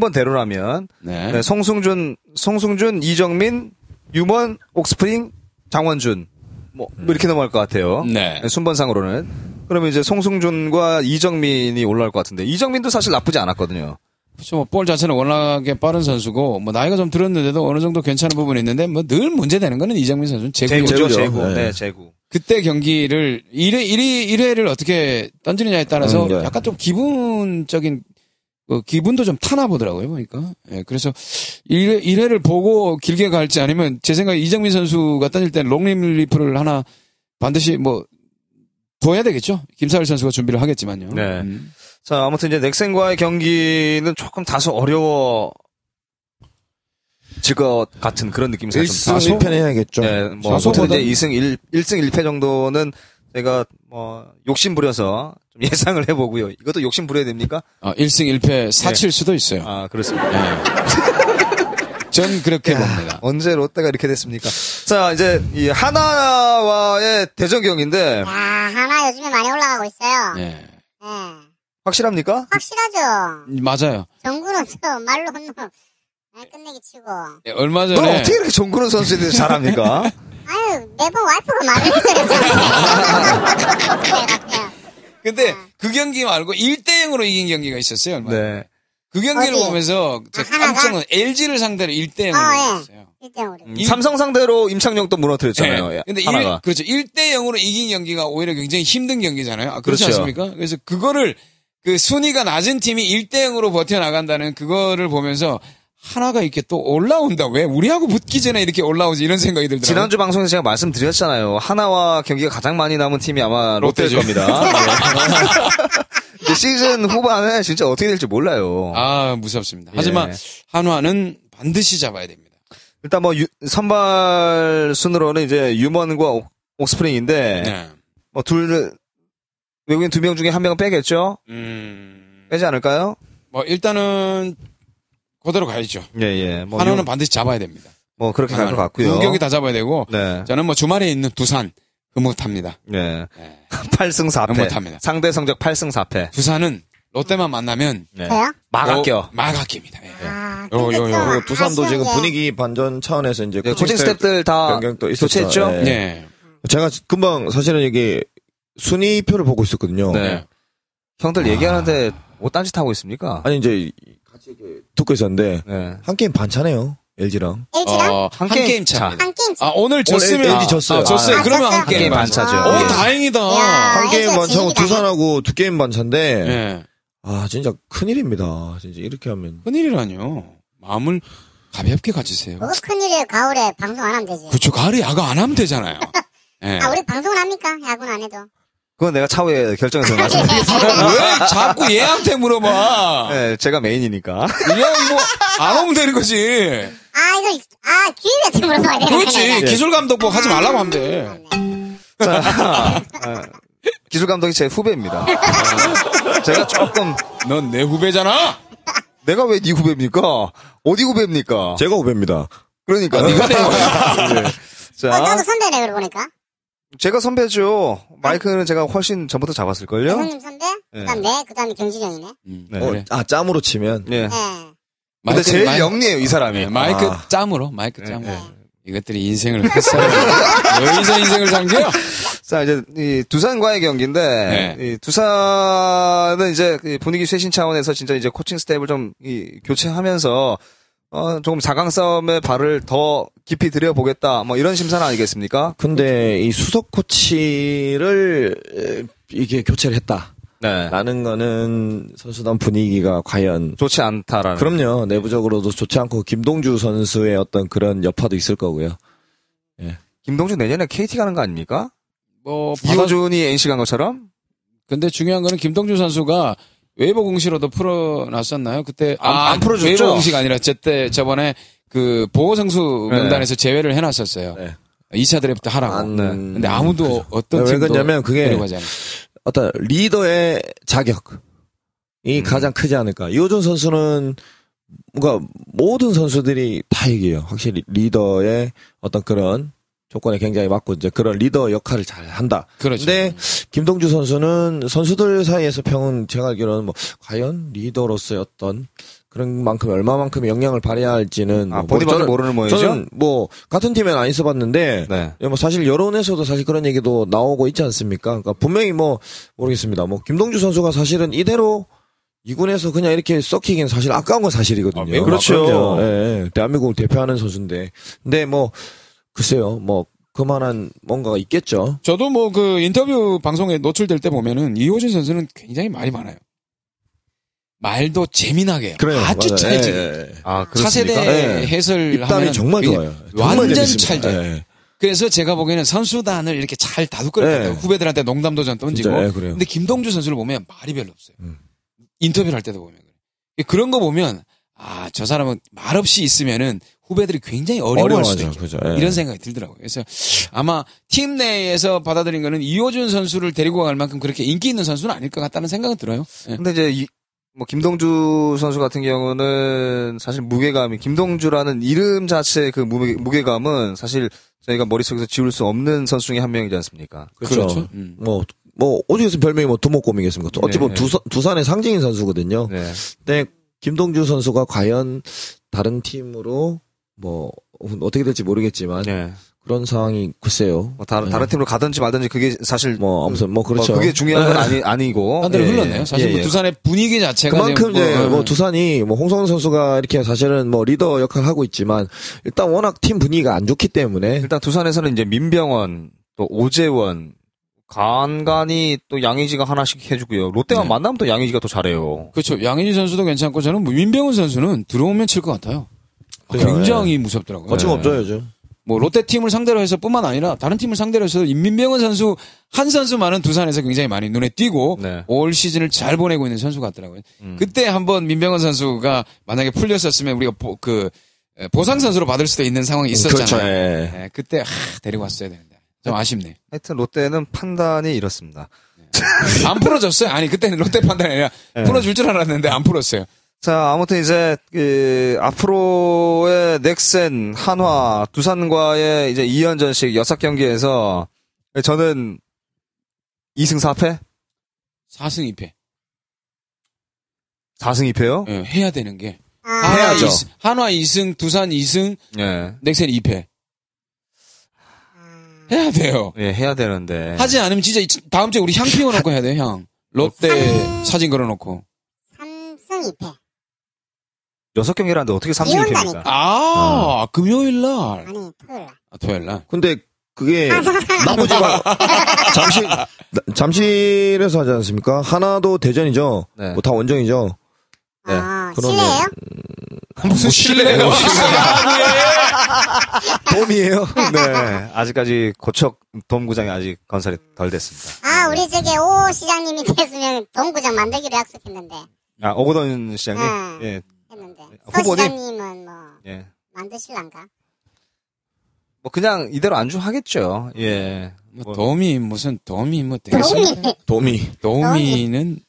순번대로라면
네.
네, 송승준, 송승준, 이정민, 유먼, 옥스프링, 장원준 뭐 이렇게 넘어갈 것 같아요.
네.
네, 순번상으로는 그러면 이제 송승준과 이정민이 올라올 것 같은데 이정민도 사실 나쁘지 않았거든요.
그렇죠. 뭐볼 자체는 워낙에 빠른 선수고 뭐 나이가 좀 들었는데도 어느 정도 괜찮은 부분이 있는데 뭐 늘 문제되는 거는 이정민 선수는 제구죠.
재구죠,
재구.
재구.
네,
네, 재구.
그때 경기를 1회, 1회, 1회를 어떻게 던지느냐에 따라서
음, 네.
약간 좀 기분적인 어, 기분도 좀 타나 보더라고요, 보니까. 예, 그래서 1회, 1회를 보고 길게 갈지 아니면 제 생각에 이정민 선수가 던질 때는 롱리리프를 하나 반드시 뭐 둬야 되겠죠. 김사일 선수가 준비를 하겠지만요.
네.
음.
자, 아무튼 이제 넥센과의 경기는 조금 다소 어려워. 질 것 같은 그런 느낌이
일
살짝
승
다소-
일패는 해야겠죠.
네, 뭐
다소보다-
아무튼 이제 2승 1, 1승 1패 정도는 제가 뭐 욕심 부려서 좀 예상을 해 보고요. 이것도 욕심 부려야 됩니까?
아, 1승 1패 사칠 수도 있어요.
아, 그렇습니다.
예. 전 그렇게 봅니다.
언제 롯데가 이렇게 됐습니까? 자, 이제 이 하나와의 대전 경기인데
야 하나 요즘에 많이 올라가고 있어요 예
예.
확실합니까?
확실하죠
맞아요.
정구는 저 말로 는 끝내기 치고
예, 얼마
넌
전에
어떻게 이렇게 정근호 선수에 대해서 잘합니까?
아유 매번 와이프가 말을 해줘요
근데 그 경기 말고 1대 0으로 이긴 경기가 있었어요. 얼마 전에.
네.
그 경기를
어디?
보면서 제
아, 하나가?
깜짝 놀 LG를 상대로 1대 0으로
아, 예.
이겼어요.
1대 우리
음, 삼성 상대로 임창용도 무너뜨렸잖아요.
예.
예,
근데
하나가.
일- 그렇죠. 1대 0으로 이긴 경기가 오히려 굉장히 힘든 경기잖아요. 아, 그렇지
그렇죠.
않습니까? 그래서 그거를 그 순위가 낮은 팀이 1대 0으로 버텨 나간다는 그거를 보면서 하나가 이렇게 또 올라온다. 왜 우리하고 붙기 전에 이렇게 올라오지 이런 생각이 들더라고요.
네. 지난주 방송에서 제가 말씀드렸잖아요. 하나와 경기가 가장 많이 남은 팀이 아마 롯데일
롯데죠.
겁니다. 예. 이제 시즌 후반에 진짜 어떻게 될지 몰라요.
아 무섭습니다. 하지만
예.
한화는 반드시 잡아야 됩니다.
일단 뭐 유- 선발 순으로는 이제 유먼과 옥- 옥스프링인데
네.
뭐 둘 외국인 두 명 중에 한 명은 빼겠죠?
음,
빼지 않을까요?
뭐 일단은 그대로 가야죠.
예, 예. 뭐,
한화는
유-
반드시 잡아야 됩니다.
뭐 그렇게 갈 것
하나는.
같고요.
두 경기 다 잡아야 되고
네.
저는 뭐 주말에 있는 두산 흐뭇합니다.
네.
예.
8승 4패.
못합니다.
상대 성적 8승 4패. 어?
두산은 롯데만 만나면
저요?
막 아껴.
마각입니다. 예.
아,
요, 요, 요.
좀
그리고 두산도
아쉬운
지금
게
분위기 반전 차원에서 이제
네, 코칭 스태프들 다
변경도
교체했죠?
있었죠.
예.
네. 제가 금방 사실은 이게 순위표를 보고 있었거든요.
네. 형들 얘기하는데 뭐 딴짓 하고 있습니까?
아니 이제 이- 같이 이렇게 듣고 있었는데
네.
한 게임 반차네요. LG랑.
LG랑
어, 한, 게임, 차.
한 게임
아 오늘 졌으면
LG 졌어요.
아, 졌어요.
아,
그러면
졌어요?
한 네. 게임
게임
반.
반차죠.
오
예.
다행이다.
이야.
한
아,
게임
LG 가
반차고
진입이다.
두산하고 두 게임 반차인데
예.
아 진짜 큰일입니다. 진짜 이렇게 하면
큰일이라뇨. 마음을 가볍게 가지세요.
뭐 큰일이에요 가을에 방송 안 하면 되지
그쵸 가을에 야가 안 하면 되잖아요. 예.
아 우리 방송을 합니까? 야구는 안 해도 네.
그건 내가 차후에
아,
결정해서 말씀드릴게요.
왜 자꾸 얘한테 물어봐?
네, 제가 메인이니까.
얘는 뭐안 오면 되는 거지.
아 이거 아 기회한테 물어봐야 되는 네.
그렇지. 기술 감독뭐 하지 말라고 하면 돼.
자, 아, 기술 감독이 제 후배입니다. 아, 제가 조금
넌 내 후배잖아.
내가 왜 네 후배입니까? 어디 후배입니까?
제가 후배입니다.
그러니까.
아,
네.
아, 나도
자,
선배네 그러고 보니까
제가 선배죠. 마이크는 제가 훨씬 전부터 잡았을걸요?
대선님 선배 그다음 내 그다음에 경진이 형이네
음,
네.
어,
그래.
아 짬으로 치면
예.
예.
근데
마이크,
제일
마이크-
영리해요, 이 사람이.
네, 마이크
아.
짬으로 마이크
네,
짬으로
네.
이것들이 인생을 요 여기서 인생을 산겨?
자, 이제 이 두산과의 경기인데
네.
이 두산은 이제 이 분위기 쇄신 차원에서 진짜 이제 코칭 스텝을 좀 이 교체하면서 어, 조금 4강 싸움에 발을 더 깊이 들여보겠다. 뭐 이런 심사는 아니겠습니까?
근데 이 수석 코치를 이게 교체를
네.
했다라는 거는 선수단 분위기가 과연
좋지 않다라는.
그럼요 내부적으로도 좋지 않고 김동주 선수의 어떤 그런 여파도 있을 거고요.
김동준 내년에 KT 가는 거 아닙니까?
뭐 받아-
이호준이 NC 간 것처럼?
근데 중요한 거는 김동준 선수가 웨이버 공시로도 풀어놨었나요? 그때
안- 안 풀어줬죠?
웨이버 공식 아니라 제때 저번에 그 보호 선수
네.
명단에서 제외를 해놨었어요.
네.
2차 드래프트 하라고.
안-
근데 아무도 어떤
왜
팀도
그러냐면 그게
데려가지 않아요.
어떤 리더의 자격이
음.
가장 크지 않을까. 이호준 선수는 뭔가 모든 선수들이 다 얘기해요. 확실히 리더의 어떤 그런 조건에 굉장히 맞고 이제 그런 리더 역할을 잘 한다.
그렇죠.
근데 김동주 선수는 선수들 사이에서 평은 제가 알기로는 뭐 과연 리더로서의 어떤 그런 만큼 얼마만큼 영향을 발휘해야 할지는
아,
뭐
본인밖에
저는-
모르는 모양이죠?
저는 뭐 같은 팀엔 안 있어봤는데
네.
예, 뭐 사실 여론에서도 사실 그런 얘기도 나오고 있지 않습니까? 그러니까 분명히 뭐 모르겠습니다. 뭐 김동주 선수가 사실은 이대로 이군에서 그냥 이렇게 썩히긴 사실 아까운 건 사실이거든요.
아, 매우
그렇죠.
그럼요. 예, 예. 대한민국을 대표하는 선수인데. 근데 뭐 글쎄요. 뭐 그만한 뭔가가 있겠죠.
저도 뭐 그 인터뷰 방송에 노출될 때 보면은 이호준 선수는 굉장히 말이 많아요. 말도 재미나게 아주
예,
찰지.
아,
차세대
그렇습니까?
네.
해설
입담이 정말 좋아요.
완전
재밌습니다.
찰져요.
예, 예.
그래서 제가 보기에는 선수단을 이렇게 잘 다독거려
네.
요 후배들한테 농담도 좀 던지고.
진짜, 예, 그래요.
근데 김동주 선수를 보면 말이 별로 없어요.
음.
인터뷰를 할 때도 보면 그래. 그런 거 보면 아 저 사람은 말 없이 있으면은 후배들이 굉장히 어려워할 수도
어려워하죠.
있겠다.
그죠. 예.
이런 생각이 들더라고요. 그래서 아마 팀 내에서 받아들인 거는 이호준 선수를 데리고 갈 만큼 그렇게 인기 있는 선수는 아닐 것 같다는 생각은 들어요. 예.
근데 이제 이, 뭐 김동주 선수 같은 경우는 사실 무게감이 김동주라는 이름 자체의 그 무게, 무게감은 사실 저희가 머릿속에서 지울 수 없는 선수 중에 한 명이지 않습니까?
그렇죠.
음.
뭐, 뭐, 오죽했으면 별명이 뭐 두목곰이겠습니까? 또 어찌 보면
네.
두산, 두산의 상징인 선수거든요.
네.
근데 김동주 선수가 과연 다른 팀으로 뭐, 어떻게 될지 모르겠지만
네.
그런 상황이 글쎄요.
뭐 다른, 다른
네.
팀으로 가든지 말든지 그게 사실
뭐, 아무튼 뭐, 그렇죠.
그게 중요한 건 아니, 아니고.
딴 데로
예,
흘렀네요. 사실
예,
뭐
예.
두산의 분위기 자체가
그만큼
지금
이제 뭐
예.
두산이 뭐 홍성훈 선수가 이렇게 사실은 뭐 리더 역할을 하고 있지만 일단 워낙 팀 분위기가 안 좋기 때문에
일단 두산에서는 이제 민병원, 또 오재원, 간간이 또 양의지가 하나씩 해주고요. 롯데만
네.
만나면 또 양의지가 더 잘해요.
그렇죠. 양현희 선수도 괜찮고 저는 뭐 민병훈 선수는 들어오면 칠 것 같아요.
그래요. 예.
굉장히 무섭더라고요. 예.
거침 없죠 요즘.
뭐 롯데 팀을 상대로 해서뿐만 아니라 다른 팀을 상대로 해서 임민병은 선수 한 선수만은 두산에서 굉장히 많이 눈에 띄고
네.
올 시즌을 잘 보내고 있는 선수 같더라고요.
음.
그때 한번 민병헌 선수가 만약에 풀렸었으면 우리가 보, 그 에, 보상 선수로 받을 수도 있는 상황이
그렇죠.
있었잖아요.
예.
예, 그때 하, 데리고 왔어야 되는데 좀 아쉽네.
하여튼 롯데는 판단이 이렇습니다.
안 풀어줬어요. 아니 그때는 롯데 판단이 아니라
예.
풀어줄 줄 알았는데 안 풀었어요.
자, 아무튼 이제 그 앞으로의 넥센, 한화, 두산과의 이제 2연전식 6경기에서 저는 2승 4패?
4승 2패
4승 2패요?
예, 해야 되는 게
아,
한화
해야죠.
2승, 한화 2승, 두산 2승,
예.
넥센 2패
아,
해야 돼요.
예, 해야 되는데.
하지 않으면 진짜 이- 다음 주에 우리 향 피워놓고 해야 돼요, 향. 롯데
음.
사진 걸어놓고.
3승 2패.
6경기라는데 어떻게 3승 2패입니까?
이혼다니까.
아, 금요일
아니,
날.
토요일 날.
아, 토요일 날.
근데 그게 예. 나머지 말 잠실 나- 잠실에서 하지 않습니까? 하나도 대전이죠.
네.
뭐 다 원정이죠.
네,
아,
그러면-
실례예요?
무슨 뭐 실례가
봄이에요.
네. 아직까지 고척 돔구장이 아직 건설이 덜 됐습니다.
아, 우리 저기 오 시장님이 됐으면 동구장 만들기로 약속했는데.
아, 오거돈 시장님?
음.
예,
했는데. 서
후보님?
시장님은 뭐,
예.
만드실란가?
뭐 그냥 이대로 안주하겠죠. 예.
뭐, 도미, 무슨 도미, 뭐, 대신.
도미.
봄이.
도미는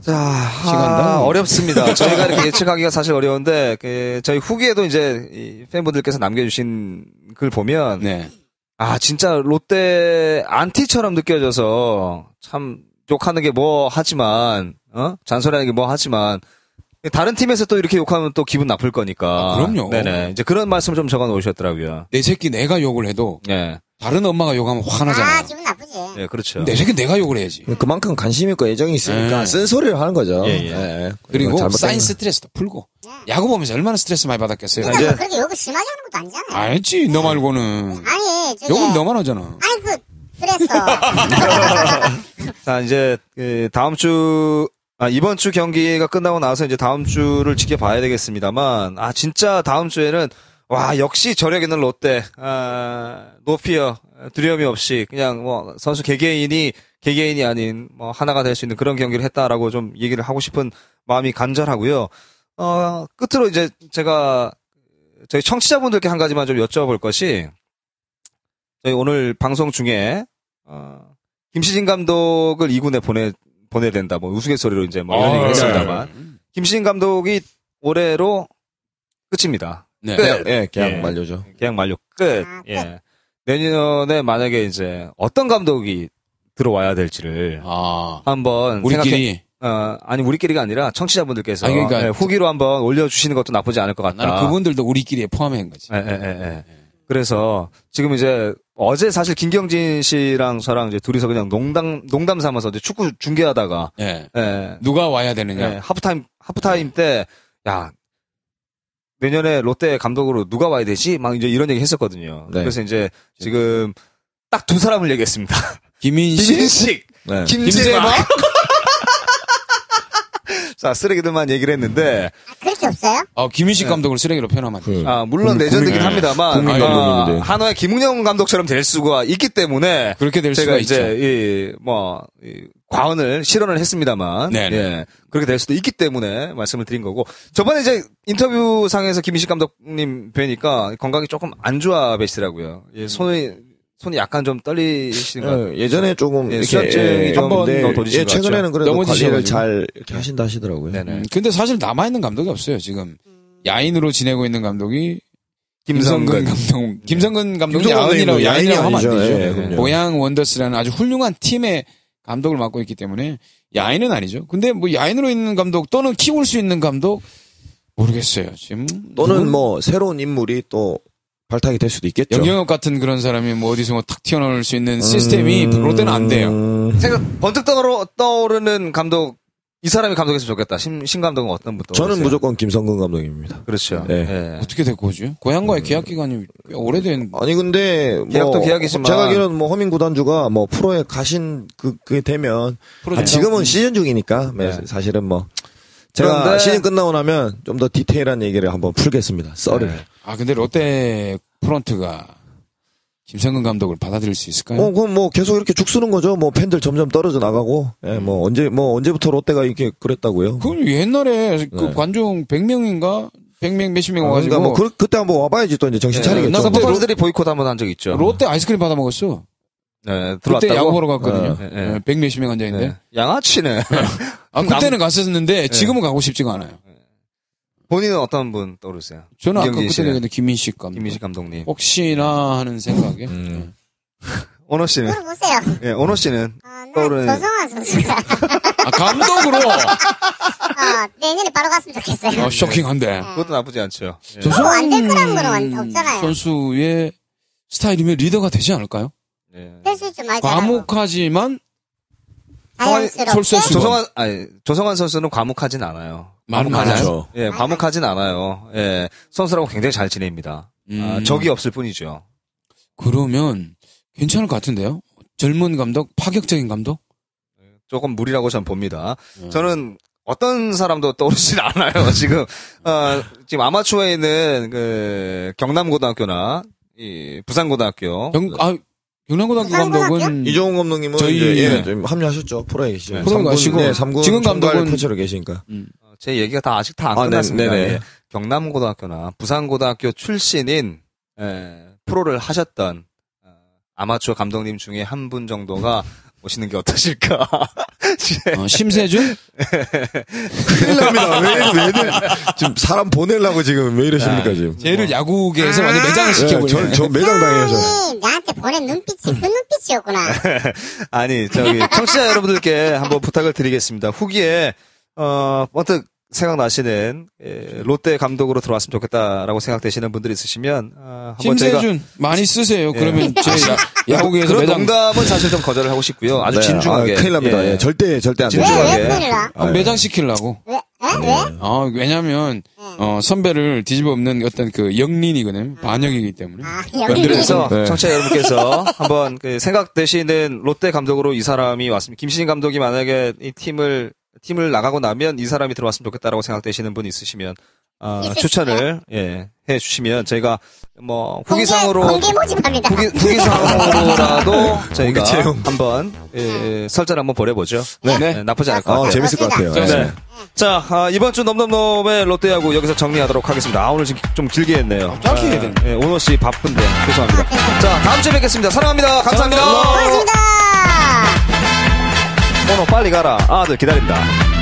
자,
시간당. 뭐.
아, 어렵습니다. 저희가 이렇게 예측하기가 사실 어려운데 그 저희 후기에도 이제 이 팬분들께서 남겨주신 글 보면
네.
아 진짜 롯데 안티처럼 느껴져서 참 욕하는 게 뭐 하지만 어 잔소리하는 게 뭐 하지만 다른 팀에서 또 이렇게 욕하면 또 기분 나쁠 거니까.
아, 그럼요.
네네. 이제 그런 말씀 을좀 적어 놓으셨더라고요.
내 새끼 내가 욕을 해도
예.
다른 엄마가 욕하면 화가
아,
나잖아.
기분 나쁘지.
예, 그렇죠.
내 새끼 내가 욕을 해야지.
그만큼 관심 있고 애정이 있으니까
예.
쓴소리를 하는 거죠. 네.
예, 예.
그리고
잘못된
사인 스트레스도 풀고. 야구 보면서 얼마나 스트레스 많이 받았겠어요.
근데
이제-
뭐 그렇게 욕을 심하게 하는 것도 아니잖아요.
알지, 너 말고는.
아니, 저기.
욕은 너만 하잖아.
아니, 그, 그래서. 아,
자, 이제, 그 다음 주, 아, 이번 주 경기가 끝나고 나서 이제 다음 주를 지켜봐야 되겠습니다만, 아, 진짜 다음 주에는, 와, 역시 저력 있는 롯데, 아, 노피어, 두려움이 없이, 그냥 뭐, 선수 개개인이, 개개인이 아닌, 뭐, 하나가 될 수 있는 그런 경기를 했다라고 좀 얘기를 하고 싶은 마음이 간절하고요. 어, 끝으로 이제 제가, 저희 청취자분들께 한 가지만 좀 여쭤볼 것이, 저희 오늘 방송 중에, 어, 김시진 감독을 2군에 보내 보내야 된다. 뭐 우스갯소리로 이제 뭐 이런
아,
얘기를
네.
했습니다만 김시진 감독이 올해로 끝입니다.
네.
끝.
예, 계약
예.
만료죠.
계약 만료 끝.
아, 끝.
예. 내년에 만약에 이제 어떤 감독이 들어와야 될지를
아,
한번 음, 생각해.
우리끼리.
어, 아니 우리끼리가 아니라 청취자분들께서
아니, 그러니까
예, 후기로 한번 올려주시는 것도 나쁘지 않을 것 같다.
나는 그분들도 우리끼리 포함해 한 거지.
예, 예, 예, 예. 그래서 지금 이제 어제 사실 김경진 씨랑 저랑 이제 둘이서 그냥 농담 농담 삼아서 이제 축구 중계하다가
예.
예,
누가 와야 되느냐.
네.
예, 하프타임 하프타임 때 야 내년에 롯데 감독으로 누가 와야 되지? 막 이제 이런 얘기 했었거든요.
네.
그래서 이제 지금 딱 두 사람을 얘기했습니다.
김인식. 아,
김인식,
네.
뭐?
김재만. 자 쓰레기들만 얘기를 했는데
아, 그렇게 없어요?
어, 김인식
네.
감독을 쓰레기로 표현하면 안 돼.
그,
아 물론
국민-
레전드긴
국민-
합니다만
국민
아,
감독님인데.
한화의 김웅영 감독처럼 될 수가 있기 때문에
그렇게 될
제가
수가
이제
있죠.
이, 뭐 이, 과언을 실언을 했습니다만
네네.
예, 그렇게 될 수도 있기 때문에 말씀을 드린 거고 저번에 이제 인터뷰 상에서 김희식 감독님 뵈니까 건강이 조금 안 좋아 계시더라고요. 예, 손이 손이 약간 좀 떨리시는 것 같아요.
예, 예전에 조금
예,
이렇게
수혈증이
예,
좀
한번
더 도지신
예,
것 같죠.
최근에는 그래도
넘어지셔가지고.
관리를 잘 이렇게 하신다 하시더라고요.
네네.
음, 근데 사실 남아있는 감독이 없어요, 지금. 야인으로 지내고 있는 감독
김성근.
김성근 감독. 김성근 감독은
김성근
야인이라고,
감독님은
야인이라고 하면
야인이
안
아니죠.
되죠.
예, 그럼요.
고양 원더스라는 아주 훌륭한 팀의 감독을 맡고 있기 때문에 야인은 아니죠. 근데 뭐 야인으로 있는 감독 또는 키울 수 있는 감독 모르겠어요. 지금
또는
누군-
뭐 새로운 인물이 또 발탁이 될 수도 있겠죠.
음. 영경엽 같은 그런 사람이 뭐 어디서 뭐 탁 튀어나올 수 있는 시스템이 롯데는 안 돼요.
음,
제가 번뜩 떠오르, 는 감독 이 사람이 감독했으면 좋겠다. 신, 신 감독은 어떤 분?
저는
떠오르세요?
무조건 김성근 감독입니다.
그렇죠.
네.
예.
어떻게 될 거지? 고향과의 계약 기간이 꽤 오래된
음. 아니 근데 뭐
계약도 계약이지만-
제가 알기로는 뭐 허민 구단주가 뭐 프로에 가신 그 그게 되면
프로젝트.
아, 지금은 시즌 중이니까 네,
네.
사실은 뭐 제가
그런데-
시즌 끝나고 나면 좀 더 디테일한 얘기를 한번 풀겠습니다. 썰을.
네.
아 근데 롯데 프런트가 김상근 감독을 받아들일 수 있을까요?
어, 그럼 뭐 계속 이렇게 죽쓰는 거죠. 뭐 팬들 점점 떨어져 나가고, 예,
음.
뭐 언제, 뭐 언제부터 롯데가 이렇게 그랬다고요.
그건 옛날에 그
네.
관중 100명인가 100명 몇십 명 와가지고
그러니까 뭐 그, 그때 한번 와봐야지 또 이제 정신 차리겠죠.
네.
나
예. 나서
그때
선수들이 보이콧 한번 한 적 있죠.
롯데 아이스크림 받아 먹었어.
네,
그때
들어왔다고?
야구 보러 갔거든요.
네,
네,
네.
백 몇십 명 앉아 있는데.
네. 양아치네.
아 그때는 갔었는데 지금은 가고 싶지가 않아요.
본인은 어떤 분 떠오르세요?
저는 아까
이경진
그때
씨는?
얘기했는데 김민식 감독.
김민식 감독님.
혹시나 하는 생각에. 예.
음.
언어 씨는?
물어보세요.
예, 언어 씨는?
아, 나
떠오르는-
조성환 선수가
아 감독으로
어, 내년에 바로 갔으면 좋겠어요. 예.
아, 쇼킹한데.
그것도 나쁘지 않죠. 예.
저- 뭐안될 거란 거는 완- 없잖아요.
선수의 스타일이면 리더가 되지 않을까요?
예.
헬스 좀 많이 잘하고
과묵하지만
자연스럽게
솔선수-
조성환, 아니, 조성환 선수는 과묵하진 않아요.
말
과묵하지
많아요.
그렇죠.
예, 과묵하진 않아요. 예, 선수라고 굉장히 잘 지냅니다. 아,
음.
적이 없을 뿐이죠.
그러면 괜찮을 것 같은데요? 젊은 감독, 파격적인 감독?
조금 무리라고 전 봅니다.
음.
저는 어떤 사람도 떠오르진 않아요. 지금 어, 지금 아마추어에 있는 그 경남고등학교나 이 부산고등학교
경, 아, 경남고등학교
부산고등학교?
감독은
이종훈 감독님은
음. 저희-
이제 예, 좀 합류하셨죠 프로에 계시죠.
네.
프로에 가시고 지금
지금 감독은
감독은-
코치로 계시니까.
어, 제 얘기가 다 아직 다 안
아, 네,
끝났습니다.
네네.
예. 경남고등학교나 부산고등학교 출신인 에, 프로를 하셨던 어, 아마추어 감독님 중에 한 분 정도가 오시는 게 어떠실까? 예.
어, 심세준?
큰일 납니다. 왜, 이래- 왜, 이래- 지금 사람 보내려고 지금 왜 이러십니까 지금.
쟤를
아.
야구계에서 완전 매장을
예,
시켜버리네.
저, 저 매장 당해요 저.
형이 나한테 보낸 눈빛이 그 눈빛이었구나.
아니 저기 청취자 여러분들께 한번 부탁을 드리겠습니다. 후기에 어 언뜻 생각나시는 예, 롯데 감독으로 들어왔으면 좋겠다라고 생각되시는 분들이 있으시면 어, 한번 저희가 예.
심세준 많이 쓰세요. 그러면 제 야, 야구계에서
그런
매장
농담은 사실 좀 거절을 하고 싶고요. 아주
네,
진중하게
아, 큰일 납니다.
예.
예, 절대 절대 안
왜,
진중하게.
되죠.
왜 큰일 나?
예.
아, 매장 시키려고.
왜? 에?
네.
왜?
아, 왜냐면 어, 선배를 뒤집어 엎는 어떤 그 영린이거든요. 반역이기 때문에.
아,
그래서
네.
청취자 여러분께서 한번 그 생각되시는 롯데 감독으로 이 사람이 왔으면 김신인 감독이 만약에 이 팀을 팀을 나가고 나면 이 사람이 들어왔으면 좋겠다라고 생각되시는 분 있으시면 아,
있으시면.
추천을 예, 해주시면 저희가 뭐
공개,
후기상으로
공개 모집합니다.
후기, 후기상으로라도 저희가
공개 채용.
한번 예, 예, 설전 한번 벌여보죠.
네.
예, 나쁘지 않을 것
아,
같아요.
재밌을 것 같아요.
네.
예.
자 아, 이번 주 넘넘넘의 롯데야구 여기서 정리하도록 하겠습니다. 아, 오늘 지금 좀 길게 했네요.
짧게 해야
아,
되는데.
예, 오너 씨 바쁜데 죄송합니다. 자 다음 주에 뵙겠습니다. 사랑합니다. 감사합니다.
고맙습니다.
오너 빨리 가라. 아들 기다린다.